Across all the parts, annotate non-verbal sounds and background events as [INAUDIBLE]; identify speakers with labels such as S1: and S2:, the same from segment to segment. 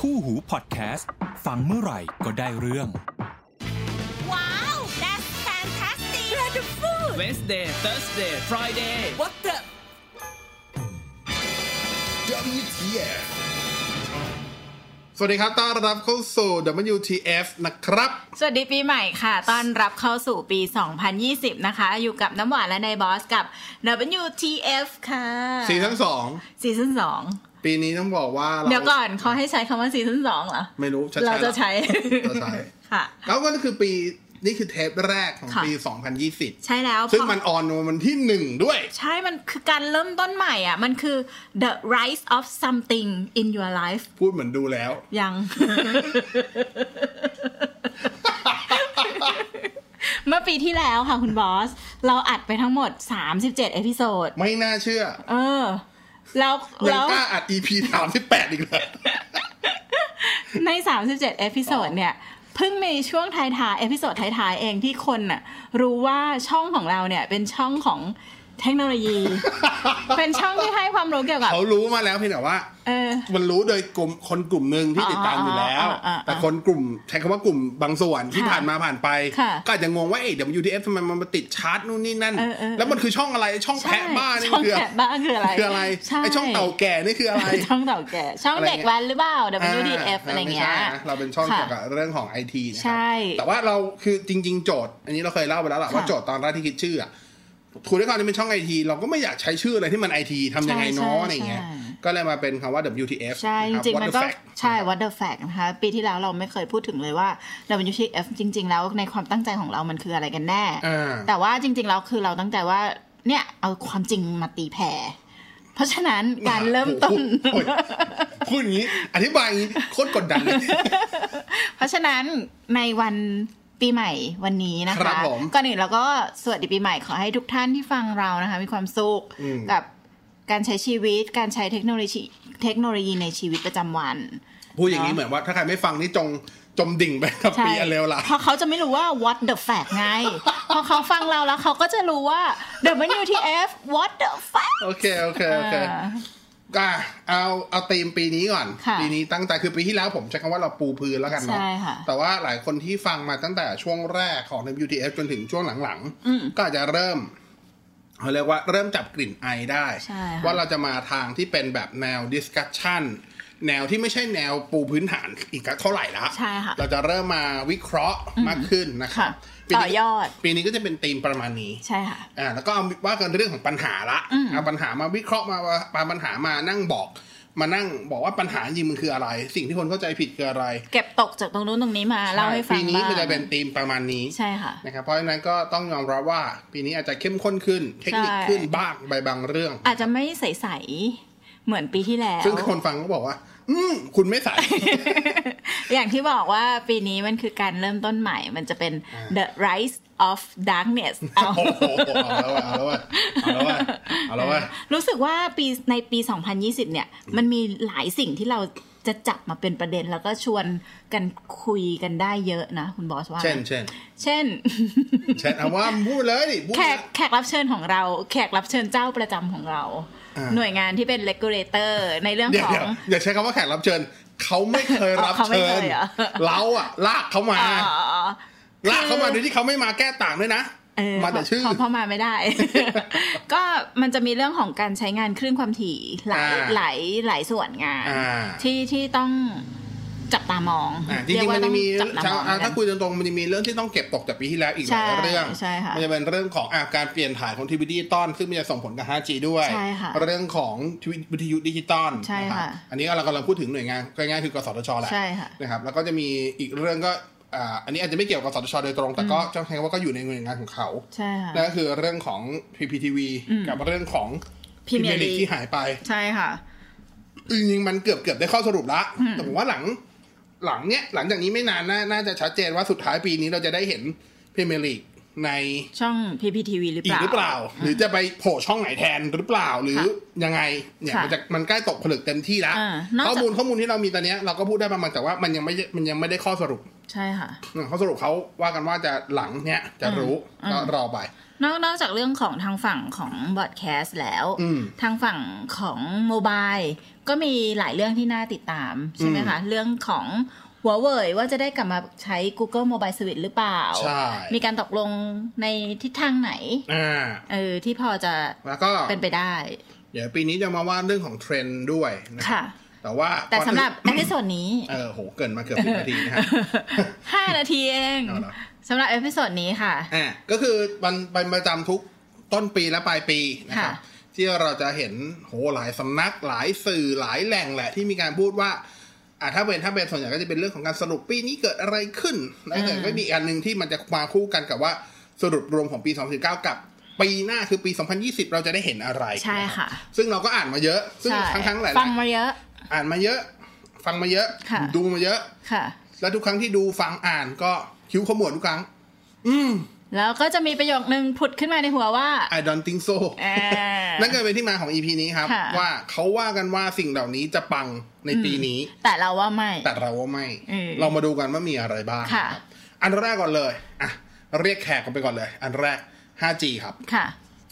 S1: คู่หูพอดแคสต์ ฟังเมื่อไหร่ก็ได้เรื่อง
S2: Wow, that's fantastic! Wonderful!
S3: Wednesday, Thursday,
S1: [LAUGHS]
S3: Friday
S2: What the?
S4: WTF สวัสดีครับ ต้อนรับเข้าสู่ WTF นะครับ
S5: สวัสดีปีใหม่ค่ะ ต้อนรับเข้าสู่ปี 2020 นะคะ อยู่กับน้ำหวานและนายบอสกับ WTF ค่ะ
S4: ซีซั่นสอง
S5: ซีซั่นสอง
S4: ปีนี้ต้องบอกว่าเรา
S5: เดี๋ยวก่อนเขาให้ใช้คำว่าซีซั่นสองเหรอ
S4: ไม่รู้ช้าๆ
S5: เราจะใช้
S4: เราจะใช้
S5: [LAUGHS] ค่ะ
S4: แล้วก็คือปีนี่คือเทปแรกของ
S5: ค่ะ
S4: ปี
S5: ใช่แล้ว
S4: 2020 ซึ่ง
S5: เพราะ
S4: มันออนวันที่หนึ่งด้วย
S5: ใช่ มันคือการเริ่มต้นใหม่อ่ะ มันคือ the rise of something in your life
S4: พูดเหมือนดูแล้ว
S5: ยัง [LAUGHS] เมื่อปีที่แล้วค่ะคุณบอส เราอัดไปทั้งหมด 37 เอพิโซด
S4: ไม่น่าเชื่อ
S5: เออ แล้ว
S4: ยัง
S5: แล้ว
S4: กล้าอัด EP 38 อีกเลย
S5: ใน 37 เอพิโซดเนี่ย เพิ่งมีช่วงท้ายๆ เอพิโซดท้ายๆ เองที่คนน่ะรู้ว่าช่องของเราเนี่ย เป็นช่องของเทคโนโล
S4: [LAUGHS]
S5: ยี เป็นช่องที่ให้ความรู้เกี่ยวกับ
S4: เขารู้มาแล้วเพียงแต่ว่า
S5: เออ
S4: มันรู้โดยกลุ่มคนกลุ่มหนึ่งที่
S5: อ๋อ
S4: ติดตามอยู่แล้ว
S5: อ๋ออ๋ออ๋อ
S4: แต่คนกลุ่มใช้คำว่ากลุ่มบางส่วนที่
S5: ค่ะ
S4: ผ่านมาผ่านไป
S5: ค่ะ
S4: ก็อาจจะงงว่าเอ๊ะ WTF ทำไมมันมาติดชาร์ตนู่นนี่นั่น
S5: เออเออ
S4: แล้วมันคือช่องอะไรช่องแพะบ้านี่
S5: ช่อง
S4: คือ
S5: แกะบ้าคืออะไร
S4: คืออะไร
S5: ใช่
S4: ไอช่องเต่าแก่นี่คืออะไร
S5: [LAUGHS] ช่องเต่าแก่ ช่อง
S4: อะไรเงี้
S5: เด็
S4: ย
S5: กแว้นหรือเปล่า WDF
S4: ม่
S5: อะไรเงี้ย
S4: ใช่นะเราเป็นช่อง
S5: ค่ะ
S4: เกี่ยวกับเรื่องของไอทีนะค
S5: ใช่
S4: รัแต่ว่าเราคือจริง ๆ โจทย์ อันนี้เราเคยเล่าไปแล้วแหละ
S5: ค่ะ
S4: ว่าโจทย์ตอนแรกที่คิดชื่ออะถูกด้วยความที่เป็นช่องไอทีเราก็ไม่อยากใช้ชื่ออะไรที่มันไอทีทำยังไงเนาะ
S5: ใช่ใช่
S4: อะไรเงี้ย
S5: ใช่
S4: ก็เลยมาเป็นคำว่า WTF
S5: ใช่ จริ
S4: นะคบ
S5: ง ๆ มัน
S4: What
S5: ก็
S4: the fact
S5: ใช่ what the fact นะคะ ปีที่แล้วเราไม่เคยพูดถึงเลยว่า WTF จริง ๆ แล้วในความตั้งใจของเรามันคืออะไรกันแน่
S4: อ่า
S5: แต่ว่าจริง ๆ แล้วคือเราตั้งใจว่า เนี่ย เอาความจริงมาตีแผ่ เพราะฉะนั้นการเริ่มต้น
S4: โอ้ยพูดอย่างนี้ อธิบายอย่างนี้โคตรกดดันเลย
S5: เพราะฉะนั้นในวันปีใหม่วันนี้นะ
S4: ครั
S5: คะ
S4: บผม
S5: ก่อนอื่นเราก็สวัสดีปีใหม่ขอให้ทุกท่านที่ฟังเรานะคะ มีความสุข
S4: อืม
S5: กับการใช้ชีวิต การใช้เทคโนโลยีเทคโนโลยีในชีวิตประจำวัน
S4: พูดอย่างนี้เหมือนว่าถ้าใครไม่ฟังนี่จงจมดิ่งไปกับ
S5: ใช่
S4: ปีอันเลวละ
S5: เพราะเขาจะไม่รู้ว่า what the fact ไง พอเขาฟังเราแล้วเขาก็จะรู้ว่า WTF what the fact
S4: โอเค โอเค โอเค
S5: อ่า
S4: อ่ะเอาเอาธีมปีนี้ก่อน
S5: ค่ะ
S4: ปีนี้ตั้งแต่คือปีที่แล้วผมใช้คำว่าเราปูพื้นแล้วกันเนาะ
S5: ใช่ค่ะ
S4: แต่ว่าหลายคนที่ฟังมาตั้งแต่ช่วงแรกของ WTF จนถึงช่วงหลัง
S5: อืม
S4: ๆ ก็อาจจะเริ่มเขาเรียกว่าเริ่มจับกลิ่นไอได้
S5: ใช่ค่ะ
S4: ว่าเราจะมาทางที่เป็นแบบแนว discussion แนวที่ไม่ใช่แนวปูพื้นฐานอีกเท่าไหร่ละ
S5: ใช่ค่ะ
S4: เราจะเริ่มมาวิเคราะห์มากขึ้นนะครับ
S5: ค่ะ
S4: ปีนี้
S5: ต่อยอด
S4: ปีนี้ก็จะเป็นธีมประมาณนี้
S5: ใช่ค่ะ
S4: อ่าแล้วก็เอาว่ากันเรื่องของปัญหาละเอาปัญหามาวิเคราะห์มาปาปัญหามานั่งบอก มานั่งบอกว่าปัญหาจริงมันคืออะไร สิ่งที่คนเข้าใจผิดคืออะไร
S5: เก็บตกจากตรงนู้นตรงนี้มาเล่าให้ฟัง
S4: ปีนี้
S5: บ้าง
S4: มันจะเป็นธีมประมาณนี้
S5: ใช่ค่ะ
S4: นะครับเพราะฉะนั้นก็ต้องยอมรับว่า ปีนี้อาจจะเข้มข้นขึ้น เทคนิค
S5: ใช่
S4: ขึ้นบ้างใบบางเรื่อง
S5: อาจจะไม่ใสๆเหมือนปีที่แล้ว
S4: ซึ่งคนฟังก็บอกว่า อืมคุณไม่ใส่ [LAUGHS]
S5: อย่างที่บอกว่าปีนี้มันคือการเริ่มต้นใหม่ มันจะเป็น
S4: อ่า
S5: the rise of darkness เอา
S4: โอ้โหเอาแล้วว่ะเอาแล้วว่ะเอาแล้วว่ะเอาแล้วว่ะ
S5: รู้สึกว่าปีในปี 2020 เนี่ย มันมีหลายสิ่งที่เราจะจับมาเป็นประเด็น แล้วก็ชวนกันคุยกันได้เยอะนะ คุณบอสว่า
S4: เช่นเช่น
S5: เช่น
S4: [LAUGHS] เช่นเอาว่าพูดเลยดิพูด
S5: แข
S4: เลย
S5: กแขกรับเชิญของเรา แขกรับเชิญเจ้าประจำของเรา
S4: อ่า
S5: หน่วยงานที่เป็น regulator ในเรื่อง
S4: เดี๋ย
S5: ข
S4: ว
S5: อง
S4: เดี๋ยวอย่าใช้คำว่าแขกรับเชิญเขาไม่เคยรับ
S5: เขาไม่เค
S4: เชิญ
S5: ยเหรอ
S4: เราอะลากเขามา
S5: อ๋อ
S4: ลากเขามาโดยที่เขาไม่มาแก้ต่างด้วยนะ
S5: เออ
S4: มาแต่ชื่อ
S5: พอพอมาไม่
S4: [LAUGHS]
S5: ได้ ก็มันจะมีเรื่องของการใช้งานคลื่นความถี่หลาย
S4: อ่า
S5: หลายหลายส่วนงาน
S4: อ่า
S5: ที่ที่ต้องจับตามอง
S4: อ่ะจ
S5: เย
S4: ริ
S5: ก
S4: งๆ
S5: ว่า
S4: มัน
S5: ต้อ
S4: จะ
S5: ง
S4: มี
S5: จับตา
S4: ชามว
S5: อง
S4: อ่ะ
S5: กั
S4: ถ้าน คุยตรงๆมันจะมีเรื่องที่ต้องเก็บตกจากปีที่แล้วอีกหลาย
S5: ใช่
S4: เรื่อง
S5: ใช่ค่ะ
S4: มันจะเป็นเรื่องของอาการเปลี่ยนถ่ายของทีวีดิจิตอลซึ่งมันจะส่งผลกับ 5G ด้วย
S5: ใช่ค่ะ
S4: เรื่องของทีวีวิทยุดิจิตอล
S5: ใช่
S4: นรับ
S5: ค่ะ
S4: อันนี้เรากำลังพูดถึงหน่วยงานง่ายๆคือกสทชแหละ
S5: ใช่ค่ะ
S4: นะครับแล้วก็จะมีอีกเรื่องก็อ่าอันนี้อาจจะไม่เกี่ยวกับกสทชโดยตรง แต่ก็จ้องแทงว่าก็อยู่ในหน่วยงานของเขา
S5: ใช่ค่ะ
S4: นั่นก็คือเรื่องของ PPTV กับเรื่องของ
S5: Premier
S4: Premier League
S5: League
S4: ที่หายไป
S5: ใช่ค่ะ
S4: จริงๆมันเกือบเกือบได้ข้อสรุปละ แต่ผมว่าหลังหลังเนี้ยหลังจากนี้ไม่นานน่าน่าจะชัดเจนว่าสุดท้ายปีนี้เราจะได้เห็นพรีเมียร์ลีกใน
S5: ช่อง PPTV หรือ
S4: อี
S5: เปล่า
S4: กหรือเปล่า หรือจะไปโผล่ช่องไหนแทนหรือเปล่าหรือ
S5: ค่ะ
S4: ยังไงเนี่ย
S5: ค่ะ
S4: มันจะมันใกล้ตกผลึกเต็มที่ละ
S5: อ่านอกจาก
S4: ข้อมูลข้อมูลที่เรามีตอนเนี้ยเราก็พูดได้ประมาณแต่ว่ามันยังไม่มันยังไม่ได้ข้อสรุป
S5: ใช่ค่ะ
S4: ข้อสรุปเขาว่ากันว่าจะหลังเนี้ยจะรู้ก็รอไป
S5: นอกนอกจากเรื่องของทางฝั่งของบอดแคสต์แล้ว
S4: อืม
S5: ทางฝั่งของโมบาย ก็มีหลายเรื่องที่น่าติดตามใช่ไหมคะ เรื่องของหัวเว่ยว่าจะได้กลับมาใช้ Google Mobile Service หรือเปล่า
S4: ใช่
S5: มีการตกลงในทิศทางไหน
S4: อ่า
S5: เออ ที่พอจะ
S4: แล้วก็
S5: เป็นไปได้
S4: เดี๋ยวปีนี้จะมาว่าเรื่องของเทรนด์ด้วยนะ
S5: ค่ะ
S4: แต่ว่า
S5: แต่สำหรับ
S4: ก่
S5: เอ
S4: อนอื่น
S5: พิโซดนี้
S4: เออโหเกินมาเกือบสิบนาทีนะฮะ
S5: ห้านาทีเอง
S4: เอาเหรอ
S5: สำหรับเอพิโซดนี้ค่ะ
S4: อ่าก็คือมันเป็นประจำทุกต้นปีและปลายปีนะครับ
S5: ค่ะ
S4: ที่เราจะเห็นโหหลายสำนักหลายสื่อหลายแหล่งแหละที่มีการพูดว่าอ่าถ้าเป็นถ้าเป็นส่วนใหญ่ก็จะเป็นเรื่องของการสรุปปีนี้เกิดอะไรขึ้นแล้วแต่ก็มีอีกอันหนึ่งที่มันจะมาคู่กันกับว่าสรุปรวมของปี 2019 กับปีหน้าคือปี 2020 เราจะได้เห็นอะไร
S5: ใช่ค่ะ
S4: ซึ่งเราก็อ่านมาเยอะ ซึ่ง
S5: ใช่
S4: ทั้งๆหลาย
S5: ฟังมาเยอะ
S4: ๆอ่านมาเยอะ ฟังมาเยอะ
S5: ค่ะ
S4: ดูมาเยอะ
S5: ค่ะ
S4: แล้วทุกครั้งที่ดูฟังอ่านก็คิ้วขมวดทุกครั้ง อืม
S5: แล้วก็จะมีประโยคนึงผุดขึ้นมาในหัวว่า
S4: I don't think so
S5: เอ่อ
S4: นั่นก็เลยเป็นที่มาของ EP นี้ครับ
S5: ค่ะ
S4: ว่าเขาว่ากันว่าสิ่งเหล่านี้จะปังในปีนี้
S5: แต่เราว่าไม่
S4: แต่เราว่าไม่
S5: เออ
S4: เรามาดูกันว่ามีอะไรบ้าง
S5: ค่ะ
S4: ครับอันแรกก่อนเลยอ่ะเรียกแขกกันไปก่อนเลย อันแรก 5G ครับ
S5: ค่ะ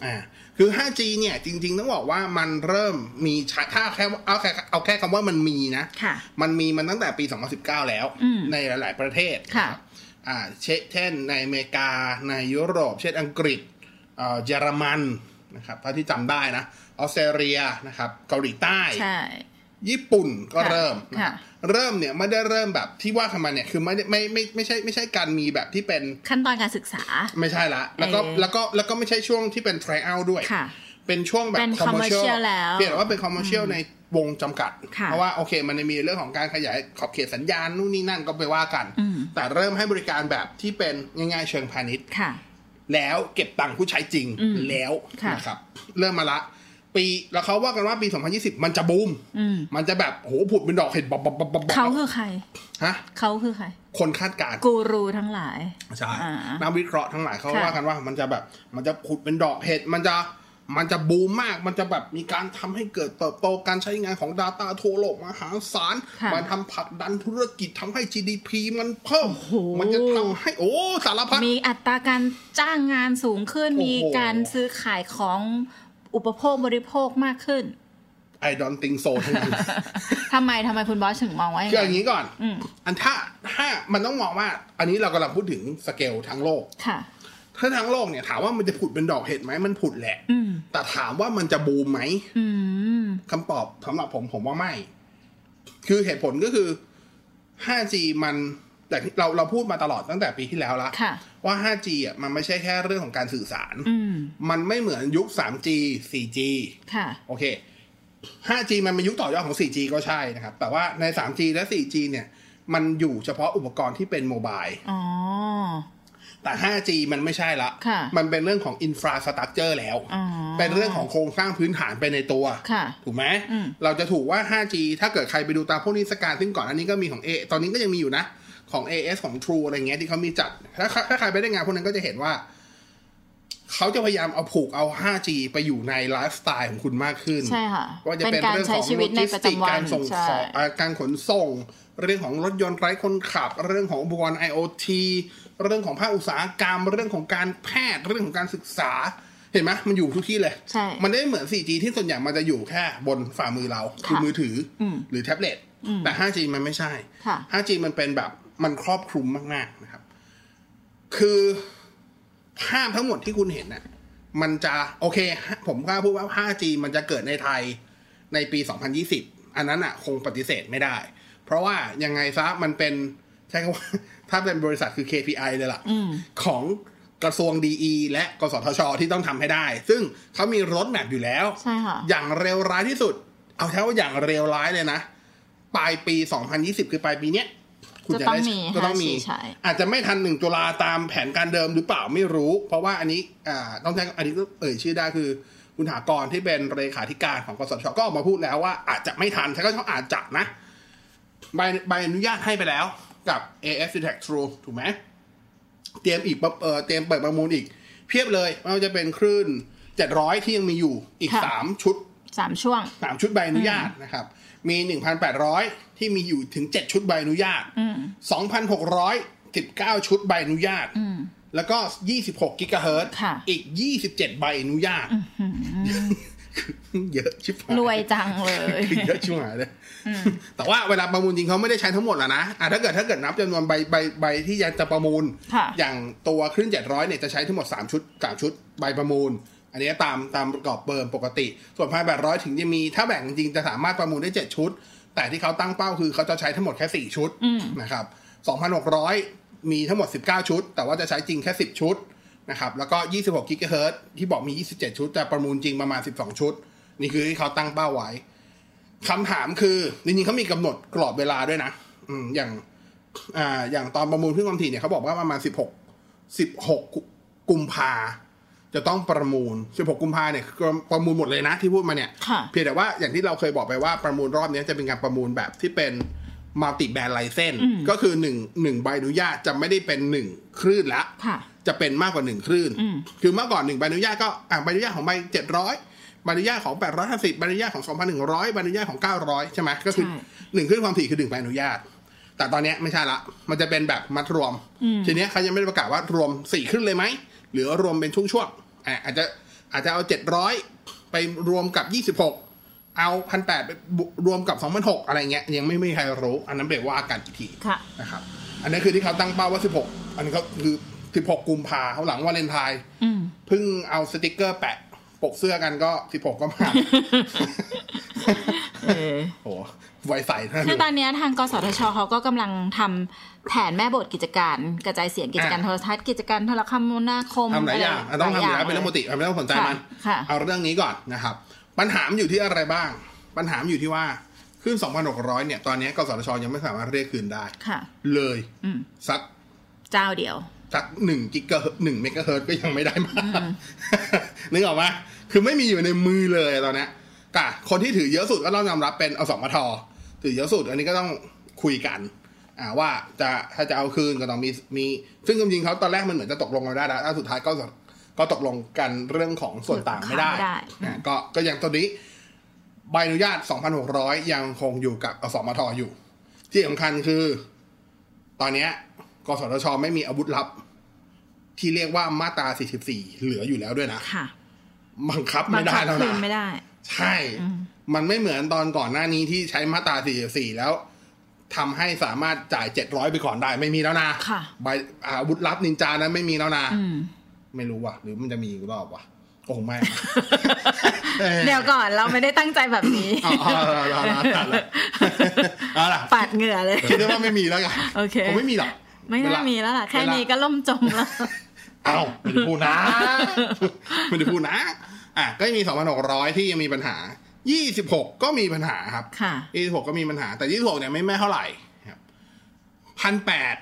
S4: อ่าคือ 5G เนี่ยจริง ๆ ต้องบอกว่ามันเริ่มมีใช้ถ้าแค่เอาแค่เอาแค่คำว่ามันมีนะ
S5: ค่ะ
S4: มันมีมันตั้งแต่ปี 2019 แล้ว
S5: อืม
S4: ในหลาย ๆ ประเทศ
S5: ค่ะ
S4: อ่าเชเช่นในอเมริกาในยุโรป เช่นอังกฤษเอ่อเยอรมันนะครับถ้าที่จำได้นะออสเตรเลียนะครับเกาหลีใต้
S5: ใช่
S4: ญี่ปุ่นก็
S5: ค่ะ
S4: เริ่มนะครับ
S5: ค่
S4: เริ่มเนี่ยไม่ได้เริ่มแบบที่ว่าทำไมาเนี่ยคือไม่ได้ไม่ไม่ไม่ใช่ไม่ใช่การมีแบบที่เป็น
S5: ขั้นตอนการศึกษา
S4: ไม่ใช่ละ แล้วก็
S5: เอ่อ
S4: แล้วก็แล้วก็ไม่ใช่ช่วงที่เป็น trial ด้วย
S5: ค่ะ
S4: เป็นช่วงแบบ
S5: เป็น
S4: commercial
S5: commercial แล้ว
S4: เปลี่ยนว่าเป็น commercial ในวงจำกัด
S5: ค่ะ
S4: เพราะว่าโอเค มันจะมีเรื่องของการขยายขอบเขตสัญญาณนู่นนี่นั่นก็ไปว่ากัน
S5: อืม
S4: แต่เริ่มให้บริการแบบที่เป็นง่ายๆเชิงพาณิชย์
S5: ค่ะ
S4: แล้วเก็บตังค์ผู้ใช้จริง
S5: อืม
S4: แล้ว
S5: ค่ะ
S4: นะครับ เริ่มมาละ ปีแล้วเขาว่ากันว่าปี 2020 มันจะบูม
S5: อืม
S4: มันจะแบบโหผุดเป็นดอกเห็ดบ๊อบบ๊อบบ๊อบบ๊อบ
S5: เขาคือใคร
S4: ฮะ
S5: เขาคือใคร
S4: คนคาดการณ์
S5: กูรูทั้งหลาย
S4: ใช่
S5: อ่า
S4: นักวิเคราะห์ทั้งหลายเขา
S5: ค่ะ
S4: ว่ากันว่ามันจะแบบ มันจะผุดเป็นดอกเห็ด มันจะ มันจะบูมมาก มันจะแบบมีการทำให้เกิดเติบโตการใช้งานของ Data ทั่วโลกมหาศาล
S5: ค่ะ
S4: มันทำผลักดันธุรกิจทำให้ GDP มันเพิ่ม
S5: โอ้โห
S4: มันจะทำให้โอ้สารพัด
S5: มีอัตราการจ้างงานสูงขึ้น
S4: โอ้โห
S5: มีการซื้อขายของอุปโภคบริโภคมากขึ้น
S4: ไอดอนติงโซทั้งนั้น
S5: ทำไมทำไมคุณบอสถึงมองว่าอย่าง
S4: คืออ
S5: นั้
S4: ย่าน งนี้ก่อน
S5: อืม
S4: อันถ้าถ้ามันต้องมองว่า อันนี้เรากำลังพูดถึงสเกลทั้งโลก
S5: ค่ะ
S4: ถ้าทั้งโลกเนี่ยถามว่ามันจะผุดเป็นดอกเห็ดไหม มันผุดแหละ
S5: อืม
S4: แต่ถามว่ามันจะบูมไหม
S5: อืม
S4: คำตอบสำหรับผมผมว่าไม่ คือเหตุผลก็คือ 5G มันแต่ที่เราเราพูดมาตลอดตั้งแต่ปีที่แล้วละ
S5: ค่ะ
S4: ว่า 5G อ่ะมันไม่ใช่แค่เรื่องของการสื่อสาร
S5: อืม
S4: มันไม่เหมือนยุค 3G 4G
S5: ค่ะ
S4: โอเค 5G มันเป็นยุคต่อยอดของ 4G ก็ใช่นะครับ แต่ว่าใน 3G และ 4G เนี่ย มันอยู่เฉพาะอุปกรณ์ที่เป็นโมบาย
S5: อ๋อ
S4: แต่ 5G มันไม่ใช่ละ
S5: ค่ะ
S4: มันเป็นเรื่องของอินฟราสต u ั t เจอร์แล้ว
S5: อ๋อ
S4: เป็นเรื่องของโครงสร้างพื้นฐานไปในตัว
S5: ค่ะ
S4: ถูกไหม
S5: อืม
S4: เราจะถูกว่า 5G ถ้าเกิดใครไปดูตามพวกนิทรรศการซึ่งก่อนอันนี้ก็มีของ A ตอนนี้ก็ยังมีอยู่นะ ของ AS ของ True อะไรเงี้ยที่เขามีจัด ถ้าถ้าใครไปได้งานพวกนั้นก็จะเห็นว่า เขาจะพยายามเอาผูกเอา 5G ไปอยู่ในไลฟ์สไตล์ของคุณมากขึ้น
S5: ใช่ค่ะ
S4: ว่าจะเป็น
S5: เป็นการ
S4: เรื่อง
S5: ใช้
S4: ของ
S5: ชีวิตในประจำวัน
S4: การส่ง
S5: ใช่
S4: ของอ่าการขนส่ง เรื่องของรถยนต์ไร้คนขับ เรื่องของอุปกรณ์ IoT เรื่องของภาคอุตสาหกรรม เรื่องของการแพทย์เรื่องของการศึกษา เห็นไหมมันอยู่ทุกที่เลย
S5: ใช่
S4: มันไม่ได้เหมือน 4G ที่ส่วนใหญ่มันจะอยู่แค่บนฝ่ามือเรา คือมือถืออ
S5: ม
S4: หรือแท็บเล็ตแต่ 5G มันไม่ใช่
S5: ค่ะ
S4: 5G มันเป็นแบบมันครอบคลุมมากๆนะครับ คือภาพทั้งหมดที่คุณเห็นน่ะ มันจะโอเค ผมกล้าพูดว่า 5G มันจะเกิดในไทยในปี 2020 อันนั้นอ่ะ คงปฏิเสธไม่ได้ เพราะว่ายังไงซะมันเป็นใช่คำว่า [LAUGHS] ถ้าเป็นบริษัทคือ KPI เลยล่ะ
S5: อืม
S4: ของกระทรวงดีและกสทช ที่ต้องทำให้ได้ ซึ่งเขามีรถแมพอยู่แล้ว
S5: ใช่ค่ะ
S4: อย่างเร็วร้ายที่สุด เอาแค่ว่าอย่างเร็วร้ายเลยนะ ปลายปี 2020 คือปลายปีเนี้ยคุณจะได้
S5: จะต้องมี
S4: จะต้องมี
S5: 5G ใช่
S4: อาจจะไม่ทันหนึ่งตุลาตามแผนการเดิมหรือเปล่าไม่รู้ เพราะว่าอันนี้อ่าต้องใช้อันนี้ก็เอ่ยชื่อได้คือ คุณหากรที่เป็นเลขาธิการของกสทชก็ออกมาพูดแล้วว่าอาจจะไม่ทันใช้ก็ชอบอาจจะนะใบใบอนุญาตให้ไปแล้วกับ AF d e t e c t True ถูกไหม เตรียมอีกประเอ่อเตรียมเปิดประมูลอีก เพียบเลยไม่ว่าจะเป็นคลื่น 700 ที่ยังมีอยู่อีก
S5: ค่ะ
S4: 3 ชุด
S5: สามช่วง
S4: 3 ชุดใบอนุญาตนะครับ มี 1,800 ที่มีอยู่ถึง 7 ชุดใบอนุญาต
S5: อืม
S4: 2,619 ชุดใบอนุญาต
S5: อืม
S4: แล้วก็ 26 กิกะเฮิรตซ์
S5: ค่ะ
S4: อีก 27 ใบอนุญาต เยอะชิบหาย
S5: รวยจังเลย
S4: [LAUGHS] คือเยอะชิบหายเลย แต่ว่าเวลาประมูลจริงเขาไม่ได้ใช้ทั้งหมดหรอกนะอ่ะถ้าเกิดถ้าเกิดนับจำนวนใบใบใบที่ยังจะประมูล
S5: ค่ะ
S4: อย่างตัวคลื่น700เนี่ยจะใช้ทั้งหมด 3 ชุดสามชุดใบประมูล อันนี้ตามตามกรอบเบิร์มปกติ ส่วนพันแปดร้อยถึงจะมีถ้าแบ่งจริงๆจะสามารถประมูลได้ 7 ชุด แต่ที่เขาตั้งเป้าคือเขาจะใช้ทั้งหมดแค่ 4 ชุดนะครับ2,600 มีทั้งหมด 19 ชุด แต่ว่าจะใช้จริงแค่ 10 ชุดนะครับแล้วก็ 26กิกะเฮิรตซ์ที่บอกมี 27 ชุดแต่ประมูลจริงประมาณ 12 ชุด นี่คือที่เขาตั้งเป้าไว้ คำถามคือจริงๆเขามีกำหนดกรอบเวลาด้วยนะ อืมอย่างอ่าอย่างตอนประมูลขึ้นความถี่เนี่ยเขาบอกว่าประมาณสิบหกสิบหกกุมภาจะต้องประมูลสิบหกกุมภาเนี่ยคือประมูลหมดเลยนะที่พูดมาเนี่ย
S5: ค่ะ
S4: เพียงแต่ว่าอย่างที่เราเคยบอกไปว่าประมูลรอบเนี้ยจะเป็นการประมูลแบบที่เป็นมัลติแบรนด์ไลเซนก็คือหนึ่งหนึ่งใบอนุญาตจะไม่ได้เป็นหนึ่งคลื่นละ
S5: ค่ะ
S4: จะเป็นมากกว่าหนึ่งคลื่น
S5: อืม
S4: คือเมื่อก่อนหนึ่งใบอนุญาตก็อ่ะใบอนุญาตของใบเจ็ดร้อยใบอนุญาตของแปดร้อยห้าสิบใบอนุญาตของสองพันหนึ่งร้อยใบอนุญาตของเก้าร้อยใช่ไหมก็คือหนึ่งคลื่นความถี่คือหนึ่งใบอนุญาต แต่ตอนเนี้ยไม่ใช่ละ มันจะเป็นแบบมัดรวม ทีเนี้ยเขายังไม่ได้ประกาศว่ารวมสี่คลื่นเลยไหม หรือรวมเป็นช่วงๆอ่ะอาจจะอาจจะเอาเจ็ดร้อยไปรวมกับยี่สิบหกเอาพันแปดไปรวมกับสองพันหกอะไรเงี้ยยังไม่มีใครรู้อันนั้นเรียกว่าอาการอีกที
S5: ค่ะ
S4: นะครับ อันนี้คือที่เขาตั้งเป้าว่า 16 อันนี้เขาคือ 16 กุมภาเขาหลังวาเลนไทน์
S5: อืม
S4: เพิ่งเอาสติกเกอร์แปะปกเสื้อกันก็ 16 ก็มา
S5: เออ
S4: โอ้โหไวใสนะ
S5: คือตอนเนี้ยทางกสทชเขาก็กำลังทำแผนแม่บทกิจการกระจายเสียงกิจการโทรทัศน์กิจการโทรคมนาคม
S4: ทำหลายอย่างอ่ะต้องทำอยู่แล้วเป็นเรื่องปก
S5: ติ
S4: ติอ่ะไม่ต้องสนใจมัน
S5: ค่ะ
S4: เอาเรื่องนี้ก่อนนะครับ ปัญหามนอยู่ที่อะไรบ้าง ปัญหามนอยู่ที่ว่าขึ้น 2,600 เนี่ย ตอนนี้กสทชยังไม่สามารถเรียกคืนได้
S5: ค่ะ
S4: เลย
S5: อืม
S4: สัก
S5: เจ้าเดียว
S4: สักหนึ่งกิกะหนึ่งเมกะเฮิร์ตซ์ก็ยังไม่ได้มา [LAUGHS] นึกออกปะคือไม่มีอยู่ในมือเลยตอนเนี้ยก่ะคนที่ถือเยอะสุดก็ต้องยอมรับเป็นอสมทถือเยอะสุด อันนี้ก็ต้องคุยกัน อ่าว่าจะถ้าจะเอาคืนก็ต้องมีมี ซึ่งจริงๆเขาตอนแรกมันเหมือนจะตกลงกันได้แล้วแต่สุดท้ายก็ก็ตกลงกันเรื่องของส่วนต่างไม่ได้
S5: ไม่ได้
S4: อ่ะก็ก็ยังตอนนี้ใบอนุญาต 2,600 ยังคงอยู่กับอสมทอยู่ ที่สำคัญคือ ตอนเนี้ยกสทช ไม่มีอาวุธลับ ที่เรียกว่ามาตรา 44 เหลืออยู่แล้วด้วยนะ
S5: ค่ะ
S4: บังคับไม่ได้แล้ว
S5: คื
S4: นะ
S5: นไม่ได้
S4: ใช่ มันไม่เหมือนตอนก่อนหน้านี้ที่ใช้มาตรา 44 แล้วทำให้สามารถจ่าย 700 ไปก่อนได้ไม่มีแล้วนะ
S5: ค่ะ
S4: ใบอาวุธลับนินจานั้นไม่มีแล้วนะ
S5: อืม
S4: ไม่รู้ว่ะ หรือมันจะมีอีกรอบว่ะคงไม่
S5: เดี๋ยวก่อนเราไม่ได้ตั้งใจแบบ
S4: [LAUGHS]
S5: นี้
S4: เอาเอาเอาเอาเอาเอาเอาล่ะ
S5: ปาดเหงื่อเลย
S4: คิดว่าไม่มีแล้วกัน
S5: โอเค
S4: ผมไม่มีหรอก
S5: ไม่
S4: เว
S5: น่า
S4: ลา
S5: มีแล้วล่ะ แค่
S4: เวลา
S5: นี้ก็ล่มจม
S4: [LAUGHS]
S5: แล้ว
S4: เอ้าไม่ได้พูดนะ
S5: [LAUGHS]
S4: ไม่ได้พูดนะ อ่ะก็ยังมี 2,600 ที่ยังมีปัญหา 26 ก็มีปัญหาครับ
S5: ค่ะ
S4: 26 ก็มีปัญหา แต่ 26 เนี่ยไม่แม่เท่าไหร่ครับพันแปด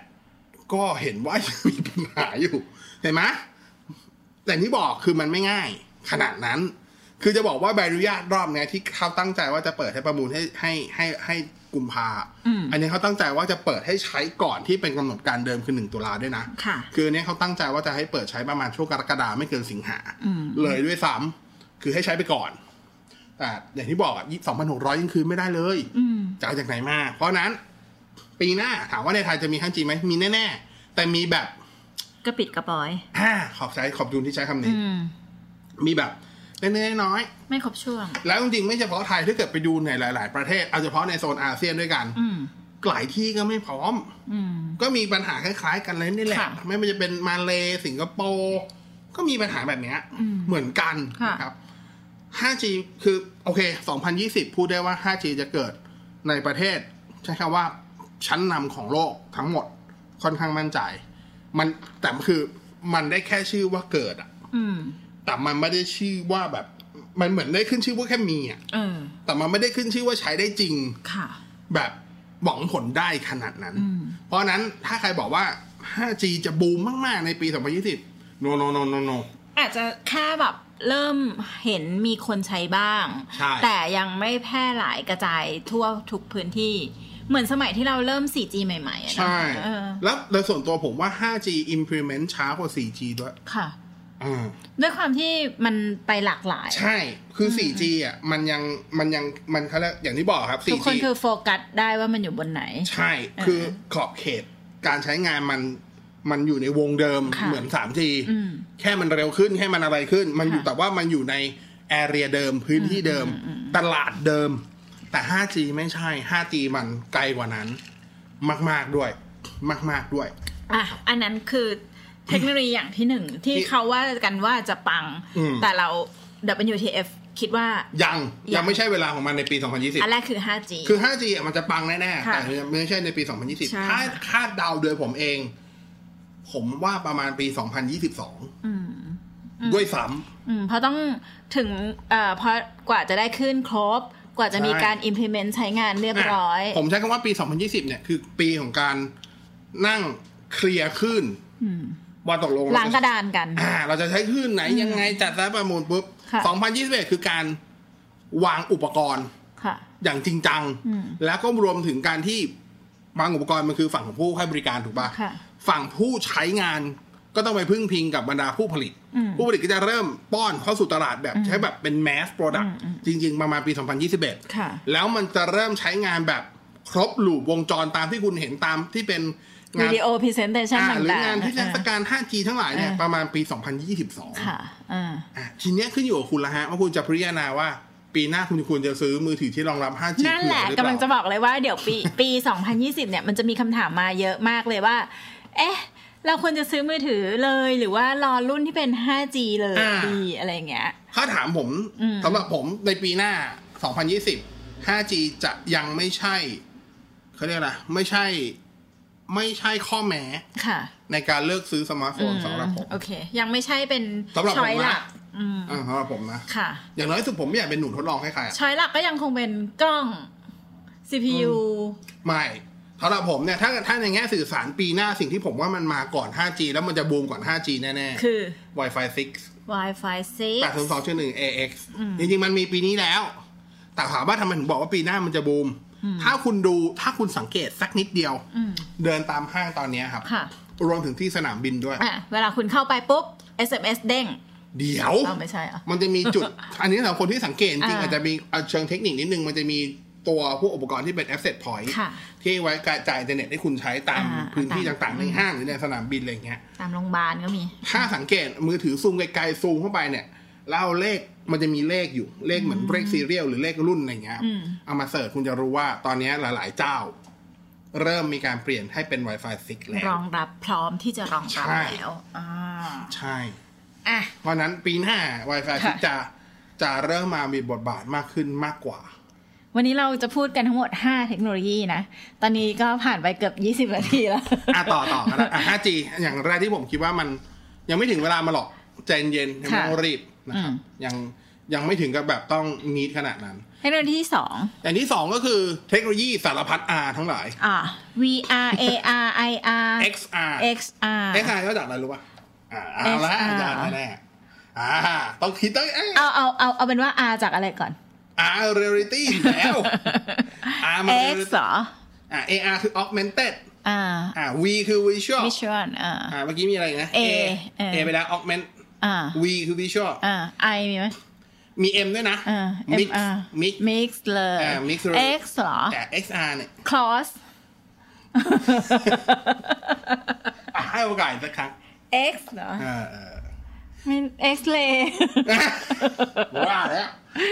S4: ก็เห็นว่ายังมีปัญหาอยู่ เห็นไหมแต่ที่บอกคือมันไม่ง่าย ขนาดนั้น คือจะบอกว่าใบอนุญาตรอบเนี้ยที่เขาตั้งใจว่าจะเปิดให้ประมูลให้ให้ให้ให้กุมภา
S5: อืม
S4: นนี้เขาตั้งใจว่าจะเปิดให้ใช้ก่อนที่เป็นกำหนดการเดิมคือหนึ่งตุลาด้วยนะ
S5: ค่ะ
S4: คืออนเนี้ยเขาตั้งใจว่าจะให้เปิดใช้ประมาณช่วงกรกฎาไม่เกินสิงหา
S5: อืม
S4: เลยด้วยซ้ำคือให้ใช้ไปก่อน แต่อย่างที่บอกอ่ะสองพันหกร้อยยังคืนไม่ได้เลย
S5: อืม
S4: จะเอาจากไหนมา เพราะฉะนั้น ปีหน้าถามว่าในไทยจะมีขั้นจีนไหม มีแน่ ๆ แต่มีแบบ
S5: ก็ปิดกระปอย
S4: อ่าขอบใจขอบดุลที่ใช้คำนี้
S5: อืม
S4: มีแบบเล็กๆน้อย
S5: ไม่ครบช่วง
S4: ๆแล้วจริงๆไม่เฉพาะไทยถ้าเกิดไปดูในหลาย ๆ ประเทศ เอาเฉพาะในโซนอาเซียนด้วยกัน
S5: อืม
S4: หลายที่ก็ไม่พร้อม
S5: อืม
S4: ก็มีปัญหาคล้ายๆกันเลยนี่แหละ
S5: ค่ะ
S4: ไม่ว่าจะเป็นมาเลย์สิงคโปร์ก็มีปัญหาแบบเนี้ย
S5: อืม
S4: เหมือนกัน
S5: ค่ะ
S4: นะครับ 5G คือโอเค 2020 พูดได้ว่า 5G จะเกิดในประเทศ ใช้คำว่าชั้นนำของโลกทั้งหมดค่อนข้างมั่นใจ มันแต่คือมันได้แค่ชื่อว่าเกิดอะ
S5: อืม
S4: แต่มันไม่ได้ชื่อว่าแบบ มันเหมือนได้ขึ้นชื่อว่าแค่มีอะ
S5: เออ
S4: แต่มันไม่ได้ขึ้นชื่อว่าใช้ได้จริง
S5: ค่ะ
S4: แบบหวังผลได้ขนาดนั้น
S5: อืม
S4: เพราะฉะนั้นถ้าใครบอกว่า 5G จะบูมมาก ๆ ในปี 2020 no no no no no
S5: อาจจะแค่แบบเริ่มเห็นมีคนใช้บ้าง
S4: ใช่
S5: แต่ยังไม่แพร่หลายกระจายทั่วทุกพื้นที่ เหมือนสมัยที่เราเริ่ม 4G ใหม่ๆอะนะ
S4: ใช่
S5: เออ
S4: แล้วโดยส่วนตัวผมว่า 5G implement ช้ากว่า 4G ด้วย
S5: ค่ะ
S4: อ่า
S5: ด้วยความที่มันไปหลากหลาย
S4: ใช่ คือ 4G อ่ะ มันยัง มันยัง มันเขาเรียกอย่างที่บอกครับ
S5: ทุก
S4: 4G
S5: คนคือโฟกัสได้ว่ามันอยู่บนไหน
S4: ใช่ คือขอบเขตการใช้งานมัน มันอยู่ในวงเดิม
S5: ค่ะ
S4: เหมือน 3G
S5: อืม
S4: แค่มันเร็วขึ้น แค่มันอะไรขึ้น มันอยู่
S5: ค่ะ
S4: แต่ว่ามันอยู่ใน แอเรียเดิมพื้นที่เดิม ตลาดเดิม แต่ 5G ไม่ใช่ 5G มันไกลกว่านั้น มากๆด้วย มากๆด้วย
S5: อ่ะอันนั้นคือเทคโนโลยีอย่างที่หนึ่งที่เขาว่ากันว่าจะปัง
S4: อืม
S5: แต่เรา WTF คิดว่า
S4: ยัง
S5: ยั
S4: ยัง งไม่ใช่เวลาของมันในปี 2020
S5: อันแรกคือ 5G
S4: คือ 5G อ่ะมันจะปังแน่ๆ
S5: ค่ะ
S4: แต่ไม่ใช่ในปี
S5: ใช่
S4: 2020 ถ้าคาดเดาโดยผมเอง ผมว่าประมาณปี 2022
S5: อืม
S4: ด้วยซ้
S5: อืมเพราะต้องถึงเอ่อเพราะกว่าจะได้ขึ้นครบ กว่าจะมีการ implement ใช้งานเรียบ
S4: ำ
S5: ร้อย
S4: ะผมใช้คำว่าปี 2020 เนี่ย คือปีของการนั่งเคลียร์ขึ้น
S5: อืม
S4: ว่าตกลง
S5: หลังกระ
S4: เราจ
S5: ดานกัน
S4: อ่า เราจะใช้ขึ้นไหน
S5: อืม
S4: ยังไงจัดสรรประมูลปุ๊บ
S5: ค่ะ
S4: 2021 คือการวางอุปกรณ์
S5: ค่ะ
S4: อย่างจริงจัง
S5: อืม
S4: แล้วก็รวมถึงการที่บางอุปกรณ์มันคือฝั่งของผู้ให้บริการถูกปะ
S5: ค่ะ
S4: ฝั่งผู้ใช้งานก็ต้องไปพึ่งพิงกับบรรดาผู้ผลิต
S5: อืม
S4: ผู้ผลิตก็จะเริ่มป้อนเข้าสู่ตลาดแบบใช้แบบเป็นแมสโปรดักต์
S5: อืม
S4: จริง ๆ ประมาณปี
S5: ค่ะ
S4: 2021 แล้วมันจะเริ่มใช้งานแบบครบลูปวงจรตามที่คุณเห็นตามที่เป็น
S5: วิ
S4: งาน
S5: ดีโอ presentation
S4: อ่า
S5: ต่างๆ
S4: หรืองานที่เทศ
S5: อ่
S4: กาล 5G ทั้งหลายเนี่ย
S5: อ่า
S4: ประมาณปี
S5: า
S4: 2022
S5: ค่ะอ่า
S4: อ่ะทีเนี้ยขึ้นอยู่กับคุณละฮะว่าคุณจะพิจารณาว่า ปีหน้าคุณควรจะซื้อมือถือที่รองรับ 5G
S5: นั่นแห
S4: เผื่อรือก
S5: ละำ
S4: เปา
S5: ลังจะบอกเลยว่าเดี๋ยวปี ปี 2020 เนี่ยมันจะมีคำถามมาเยอะมากเลยว่า เอ๊ะ เราควรจะซื้อมือถือเลยหรือว่ารอรุ่นที่เป็น 5G เลยดีอะไรอย่างเงี้ย
S4: ถ้าถามผม
S5: อืม
S4: สำหรับผมในปีหน้า 2020 5G จะยังไม่ใช่เขาเรียกอะไรไม่ใช่ ไม่ใช่ข้อแม้
S5: ค่ะ
S4: ในการเลือกซื้อสมาร์ทโฟนสำหรับผม
S5: โอเค ยังไม่ใช่เป็น
S4: สำหรับผมนะ
S5: ช้อยหลักอืม
S4: อ่ะสำหรับผมนะ
S5: ค่ะ
S4: อย่างน้อยสุดผมไม่อยากเป็นหนูทดลองให้ใครอ่ะ
S5: ช้อยหลักก็ยังคงเป็นกล้อง CPU
S4: ไม่สำหรับผมเนี่ยถ้าถ้าในแง่สื่อสารปีหน้าสิ่งที่ผมว่ามันมาก่อน 5G แล้วมันจะบูมก่อน 5G แน่
S5: คือ
S4: ๆ Wi-Fi 6
S5: Wi-Fi
S4: แปดศูนย์สองชื่อหนึ่ง AX จริงๆ มันมีปีนี้แล้ว แต่ถามว่าทำไมถึงบอกว่าปีหน้ามันจะบูม ถ้าคุณดูถ้าคุณสังเกตสักนิดเดียว
S5: 6อืม
S4: เดินตามห้างตอนเนี้ยครับ
S5: ค่ะ
S4: รวมถึงที่สนามบินด้วย
S5: อ่ะ เวลาคุณเข้าไปปุ๊บ SMS เด้ง
S4: เดี๋ยว
S5: เราไม่ใช่เหรอ่ะ
S4: มันจะมี
S5: [LAUGHS]
S4: จุด อันนี้สำหรับคนที่สังเกตจริงๆ
S5: อ่า
S4: อาจจะมีเอาเชิงเทคนิคนิดนึง มันจะมีตัวพวกอุปกรณ์ที่เป็น asset point
S5: ค่ะ
S4: ที่ไว้กระจายอินเทอร์เน็ตให้คุณใช้ตาม
S5: อ่า
S4: พื้นที่
S5: ตาม
S4: ต่างๆ ในห้างหรือในสนามบินอะไรอย่างเงี้ย
S5: ตามโรงพยาบาลก็มี
S4: ถ้าสังเกตมือถือซูมไกลๆซูมเข้าไปเนี่ยแล้วเอาเลขมันจะมีเลขอยู่เลขเหมือนเลขซีเรียลหรือเลขรุ่นอะไรเงี้ย
S5: อืม
S4: เอามาเสิร์ชคุณจะรู้ว่าตอนนี้หลายๆเจ้า เริ่มมีการเปลี่ยนให้เป็น Wi-Fi 6 แล้ว
S5: รองรับพร้อมที่จะรองรับ
S4: ใช่
S5: แล้วอ่า
S4: ใช่
S5: อ่ะ
S4: เพราะฉะนั้นปีหน้า Wi-Fi
S5: ค่ะ
S4: 6จะจะเริ่มมามีบทบาทมากขึ้นมากกว่า
S5: วันนี้เราจะพูดกันทั้งหมด 5 เทคโนโลยีนะ ตอนนี้ก็ผ่านไปเกือบ 20 นาทีแล้ว [LAUGHS]
S4: อ่ะต่อต่อกันนะอ่ะ 5G อย่างแรกที่ผมคิดว่ามันยังไม่ถึงเวลามาหรอกใจเย็นๆยังไม่ต้องรีบนะครั
S5: อ
S4: บ
S5: ื
S4: ยังยังไม่ถึงกับแบบต้องนิดขนาดนั้น
S5: เทคโนโลยีที่สอง
S4: อย่างที่สองก็คือเทคโนโลยีสารพัด R ทั้งหลาย
S5: อ่า VR AR IR
S4: XR
S5: XR
S4: XR ก็จากอะไรรู้ป่ะอ่าเอาละ
S5: XR
S4: อาจารย์แน่ๆอ่า ต้องคิดต้องเอ้ย
S5: เอาเอาเอาเอาเป็นว่า R จากอะไรก่อน
S4: R reality อยู่แล้ว R มัน
S5: X
S4: reality
S5: เหรอ
S4: อ่า AR คือ augmented
S5: อ่า
S4: อ่า V คือ visual
S5: Visual อ่า
S4: อ่าเมื่อกี้มีอะไรอีกนะ
S5: A เออ
S4: A ไปแล้ว augment
S5: อ่า
S4: V คือ visual
S5: อ่า I มีไหม
S4: มี M ด้วยนะ
S5: อ่า
S4: mix
S5: MR
S4: mix
S5: mix เลย
S4: อ่า mix เลย
S5: X เหรอ
S4: แต่ XR เนี่ย
S5: cross
S4: อ่ะให้โอกาสอีกสักครั้ง
S5: X เหรอ
S4: เออเออ
S5: ไม่ X เลย
S4: ว่าแล้ว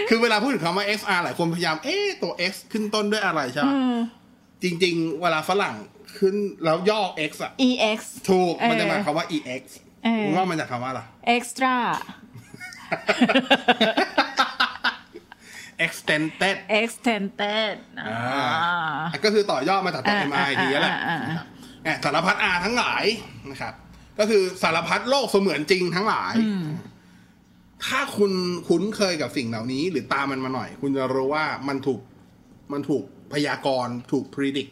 S4: คือเวลาพูดถึงคำว่า XR หลายคนพยายาม เอ๊ะ ตัว X ขึ้นต้นด้วยอะไรใช่ไหมจริง ๆ เวลาฝรั่งขึ้นแล้วย่อ X อ่ะ
S5: EX
S4: ถูก มัน
S5: เออ
S4: จะหมายความว่า EX
S5: เออ
S4: ว่ามันจากคำว่าอะไร
S5: extra
S4: extended
S5: extended อ่า
S4: อ่ะก็คือต่อยอดมาจากตัว
S5: อ่า
S4: MI ดีแล้วแหละ
S5: อ่าอ่า
S4: นะครับเนี่ยสารพัด R ทั้งหลายนะครับ ก็คือสารพัดโลกเสมือนจริงทั้งหลาย ถ้าคุณคุ้นเคยกับสิ่งเหล่านี้ หรือตามมันมาหน่อย คุณจะรู้ว่ามันถูกมันถูกพยากรณ์ถูกพิจิตร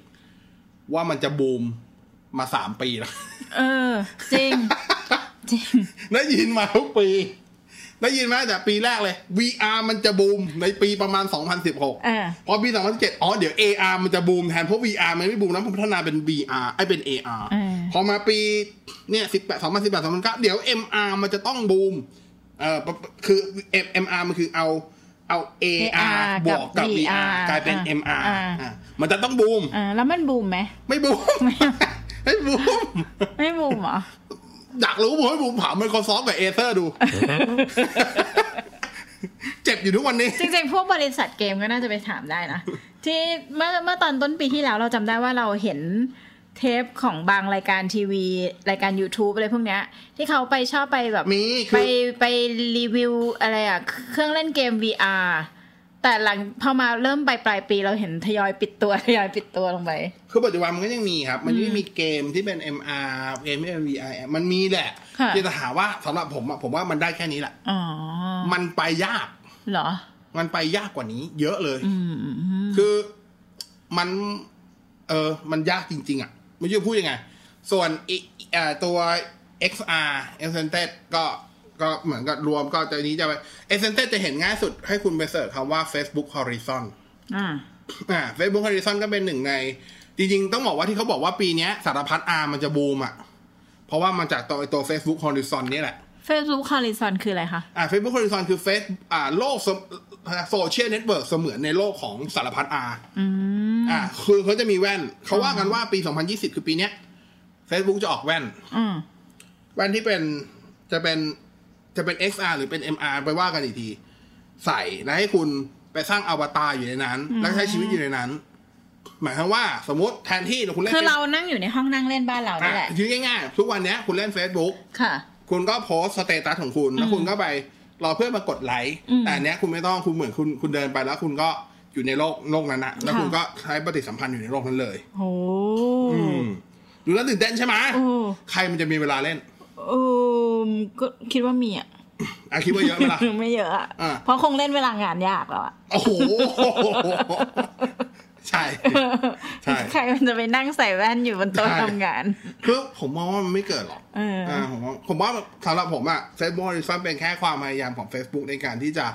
S4: ว่ามันจะบูมมาสามปีแล้ว
S5: เออ จริง จริง
S4: ได้ยินมาทุกปี ได้ยินมาแต่ปีแรกเลย VR มันจะบูมในปีประมาณ 2016
S5: เออ
S4: พอปี 2017 อ๋อ เดี๋ยว AR มันจะบูมแทน เพราะ VR มันไม่บูมนะมันพัฒนาเป็น VR ไอ้เป็น AR
S5: เออ
S4: พอมาปีเนี่ย18 2018 2019 เดี๋ยว MR มันจะต้องบูม เออปะคือ M- MR มันคือเอาเอา AR
S5: AR
S4: บวกกับ
S5: กับ
S4: VR
S5: VR
S4: กลายเป็น
S5: อ่ะ
S4: MR
S5: อ่ะ
S4: อ่ะมันจะต้องบูม
S5: อ่าแล้วมันบูมไหม
S4: ไม่บูม ไม่บูม
S5: ไม่บูมเหรอ
S4: อยากรู้ผมให้บูมถาม Microsoft กับ Acer ดู เจ็บอยู่ทุกวันนี้
S5: จริงๆ พวกบริษัทเกมก็น่าจะไปถามได้นะ ที่เมื่อเมื่อตอนต้นปีที่แล้วเราจำได้ว่าเราเห็นเทปของบางรายการทีวี รายการ YouTube อะไรพวกเนี้ย ที่เขาไปชอบไปแบบ
S4: มีคือ
S5: ไปไปรีวิวอะไรอะเครื่องเล่นเกม VR แต่หลังพอมาเริ่มปลายปลายปีเราเห็นทยอยปิดตัวท [LAUGHS] ยอยปิดตัวลงไป
S4: คือปัจจุบันมันก็ยังมีครับ มันยังมีเกมที่เป็น MR เกมที่เป็น VR มันมีแหละ
S5: ค่ะ
S4: เพียงแต่ถามว่าสำหรับผมอะผมว่ามันได้แค่นี้แหละ
S5: อ๋อ
S4: มันไปยาก
S5: เหรอ
S4: มันไปยากกว่านี้ เยอะเลย
S5: อืมอืมอืม
S4: คือมัน เออ มันยากจริง ๆ อ่ะ ไม่รู้จะพูดยังไง ส่วนอีเอ่อตัว XR e x e n t e d ก็ก็เหมือนกับรวมก็จะนี้จะไป e x e n t e d จะเห็นง่ายสุดให้คุณไปเสิร์ชคำว่า Facebook Horizon
S5: อ่า
S4: อ่า Facebook Horizon ก็เป็นหนึ่งใน จริง ๆ ต้องบอกว่าที่เขาบอกว่าปีเนี้ยสารพัด R มันจะบูมอ่ะ เพราะว่ามันจากตัวไอ้ตัว Facebook Horizon เนี่ยแหละ
S5: เฟซบุ๊กคาริซอนคืออะไรคะ
S4: อ่า Facebook Horizon คือเฟซอ่าโลกโซเชียลเน็ตเวิร์กเสมือนในโลกของสารพัด R
S5: อืม
S4: อ่าคือเขาจะมีแว่น เขาว่ากันว่าปี 2020 คือปีเนี้ย Facebook จะออกแว่น
S5: อืม
S4: แว่นที่เป็นจะเป็นจะเป็น XR หรือเป็น MR ไปว่ากันอีกที ใส่แล้วให้คุณไปสร้างอวตารอยู่ในนั้น แล้วใช้ชีวิตอยู่ในนั้น หมายความว่าสมมติแทนที่คุณเล่น
S5: คือเรานั่งอยู่ในห้องนั่งเล่นบ้านเรานี่แหละ
S4: ยือง่ายๆ ทุกวันเนี้ยคุณเล่น Facebook
S5: ค่ะ
S4: คุณก็โพสต์สเตตัสของคุณ แล้วคุณก็ไปรอเพื่อนมากดไลค์
S5: อืม
S4: แต่อันเนี้ยคุณไม่ต้องคุณเหมือนคุณคุณเดินไปแล้วคุณก็อยู่ในโลกโลกนั้นนะแล้ว
S5: ค่ะ
S4: คุณก็ใช้ปฏิสัมพันธ์อยู่ในโลกนั้นเลย
S5: โห
S4: ดูแล้วตื่นเต้นใช่ไหม
S5: โอ้
S4: ใครมันจะมีเวลาเล่น
S5: เออก็คิดว่ามีอ่ะ
S4: อ่ะคิดว่าเยอะไหมล่ะ
S5: ไม่เยอะอะ
S4: อ่ะ
S5: เพราะคงเล่นเวลางานยากแล้วอ่ะ
S4: โอ้โห ใช่ ใช่
S5: ใครมันจะไปนั่งใส่แว่นอยู่บนโต๊ะ
S4: ใช่
S5: ทำงาน
S4: คือผมมองว่ามันไม่เกิดหรอก
S5: เอออ่
S4: าผมว่าผมว่าสำหรับผมอะ Facebook Horizon เป็นแค่ความพยายามของ Facebook ในการที่จะ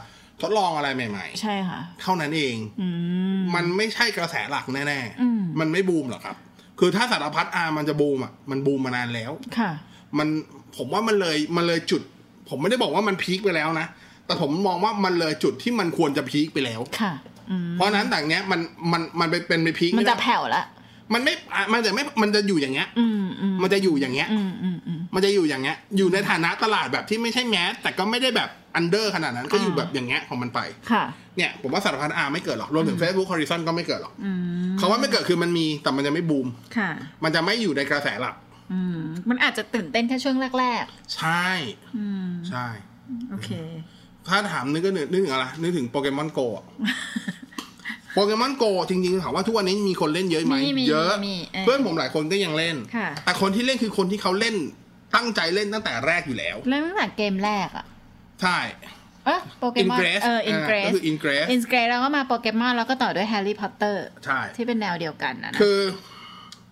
S4: ทดลองอะไรใหม่
S5: ใช่ค่ะ
S4: ๆ เท่านั้นเอง
S5: อืม
S4: มันไม่ใช่กระแสหลักแน่
S5: อืม
S4: ๆ มันไม่บูมหรอกครับ คือถ้าสารพัดอามันจะบูมอะมันบูมมานานแล้ว
S5: ค่ะ
S4: มันผมว่ามันเลยมันเลยจุด ผมไม่ได้บอกว่ามันพีคไปแล้วนะ แต่ผมมองว่ามันเลยจุดที่มันควรจะพีคไปแล้ว
S5: ค่ะ อืม
S4: เพราะฉะนั้นต่างเนี้ยมันมันมันไปเป็นไปพีค
S5: มันจะ
S4: ไได้
S5: แผ่วละ
S4: มันไม่อ่ะมันจะไม่มันจะอยู่อย่างเงี้ย
S5: อืมอืม
S4: มันจะอยู่อย่างเงี้ย
S5: อืมอืมอืม
S4: มันจะอยู่อย่างเงี้ย อยู่ในฐานะตลาดแบบที่ไม่ใช่แมสแต่ก็ไม่ได้แบบอันเดอร์ขนาดนั้นก็อยู่
S5: อ่า
S4: แบบอย่างเงี้ยของมันไป
S5: ค่ะ
S4: เนี่ยผมว่าสารพัดอาไม่เกิดหรอกรวมถึง Facebook Horizon ก็ไม่เกิดหรอก
S5: อืม
S4: คำว่าไม่เกิดคือมันมีแต่มันจะไม่บูม
S5: ค่ะ
S4: มันจะไม่อยู่ในกระแสหลัก
S5: อืม มันอาจจะตื่นเต้นแค่ช่วงแรก
S4: ใช่
S5: ๆ อืม
S4: ใช่
S5: โอเค
S4: ถ้าถามนึกก็นึกนึกถึงอะไรนึกถึงโปเกมอนโกะโปเกมอนโกะจริงๆถามว่าทุกวันนี้มีคนเล่นเยอะไหม
S5: มีมี
S4: เยอะ
S5: มีเออ
S4: เพื่อนผมหลายคนก็ยังเล่น
S5: ค่ะ
S4: แต่คนที่เล่นคือคนที่เขาเล่นตั้งใจเล่นตั้งแต่แรกอยู่แล้ว
S5: เริ่มตั้งแต่เกมแรกอ่ะ
S4: ใช่
S5: เออโปเก
S4: อิน
S5: มอ
S4: เก
S5: น
S4: รส
S5: เอออินเกร
S4: ก็
S5: ส
S4: คืออินเกรส
S5: อินสเกรแล้วก็มาโปเกมอนแล้วก็ต่อด้วยแฮร์รี่พอตเตอร์
S4: ใช่
S5: ที่เป็นแนวเดียวกันนะนะ
S4: คือ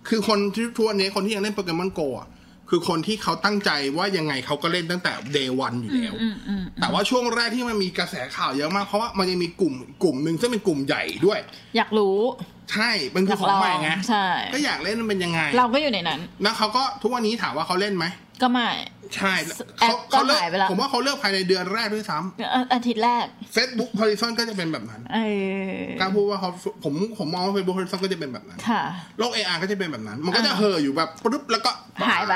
S4: คือคนที่ทุกวันนี้คนที่ยังเล่นโปเกมอนโกะคือคนที่เขาตั้งใจว่ายังไงเขาก็เล่นตั้งแต่เดวันอยู่แล้ว
S5: อืมอืม
S4: แต่ว่าช่วงแรกที่มันมีกระแสข่าวเยอะมากเพราะว่ามันยังมีกลุ่มกลุ่มหนึ่งซึ่งเป็นกลุ่มใหญ่ด้วย
S5: อยากรู้
S4: ใช่มันคือของใหม่ไง
S5: ใช่
S4: ก็อยากเล่นมันเป็นยังไง
S5: เราก็อยู่ในนั้น
S4: แล้วเขาก็ทุกวันนี้ถามว่าเขาเล่นไหม
S5: ก็ไม่
S4: ใช่
S5: แอป
S4: เขา
S5: ก็
S4: เขาเลิก
S5: หายไปแล้ว
S4: ผมว่าเขาเลิกภายในเดือนแรกด้วยซ้
S5: เอ่ออาทิตย์แรก
S4: ำ Facebook Horizon ก็จะเป็นแบบนั้น
S5: เออก
S4: ล้าพูดว่าเขาผมผมมองว่า Facebook Horizon ก็จะเป็นแบบนั้น
S5: ค่ะ
S4: โลก AR ก็จะเป็นแบบนั้น มันก็จะ
S5: อ่า
S4: เห่ออยู่แบบปุ๊บแล้วก็
S5: หายไป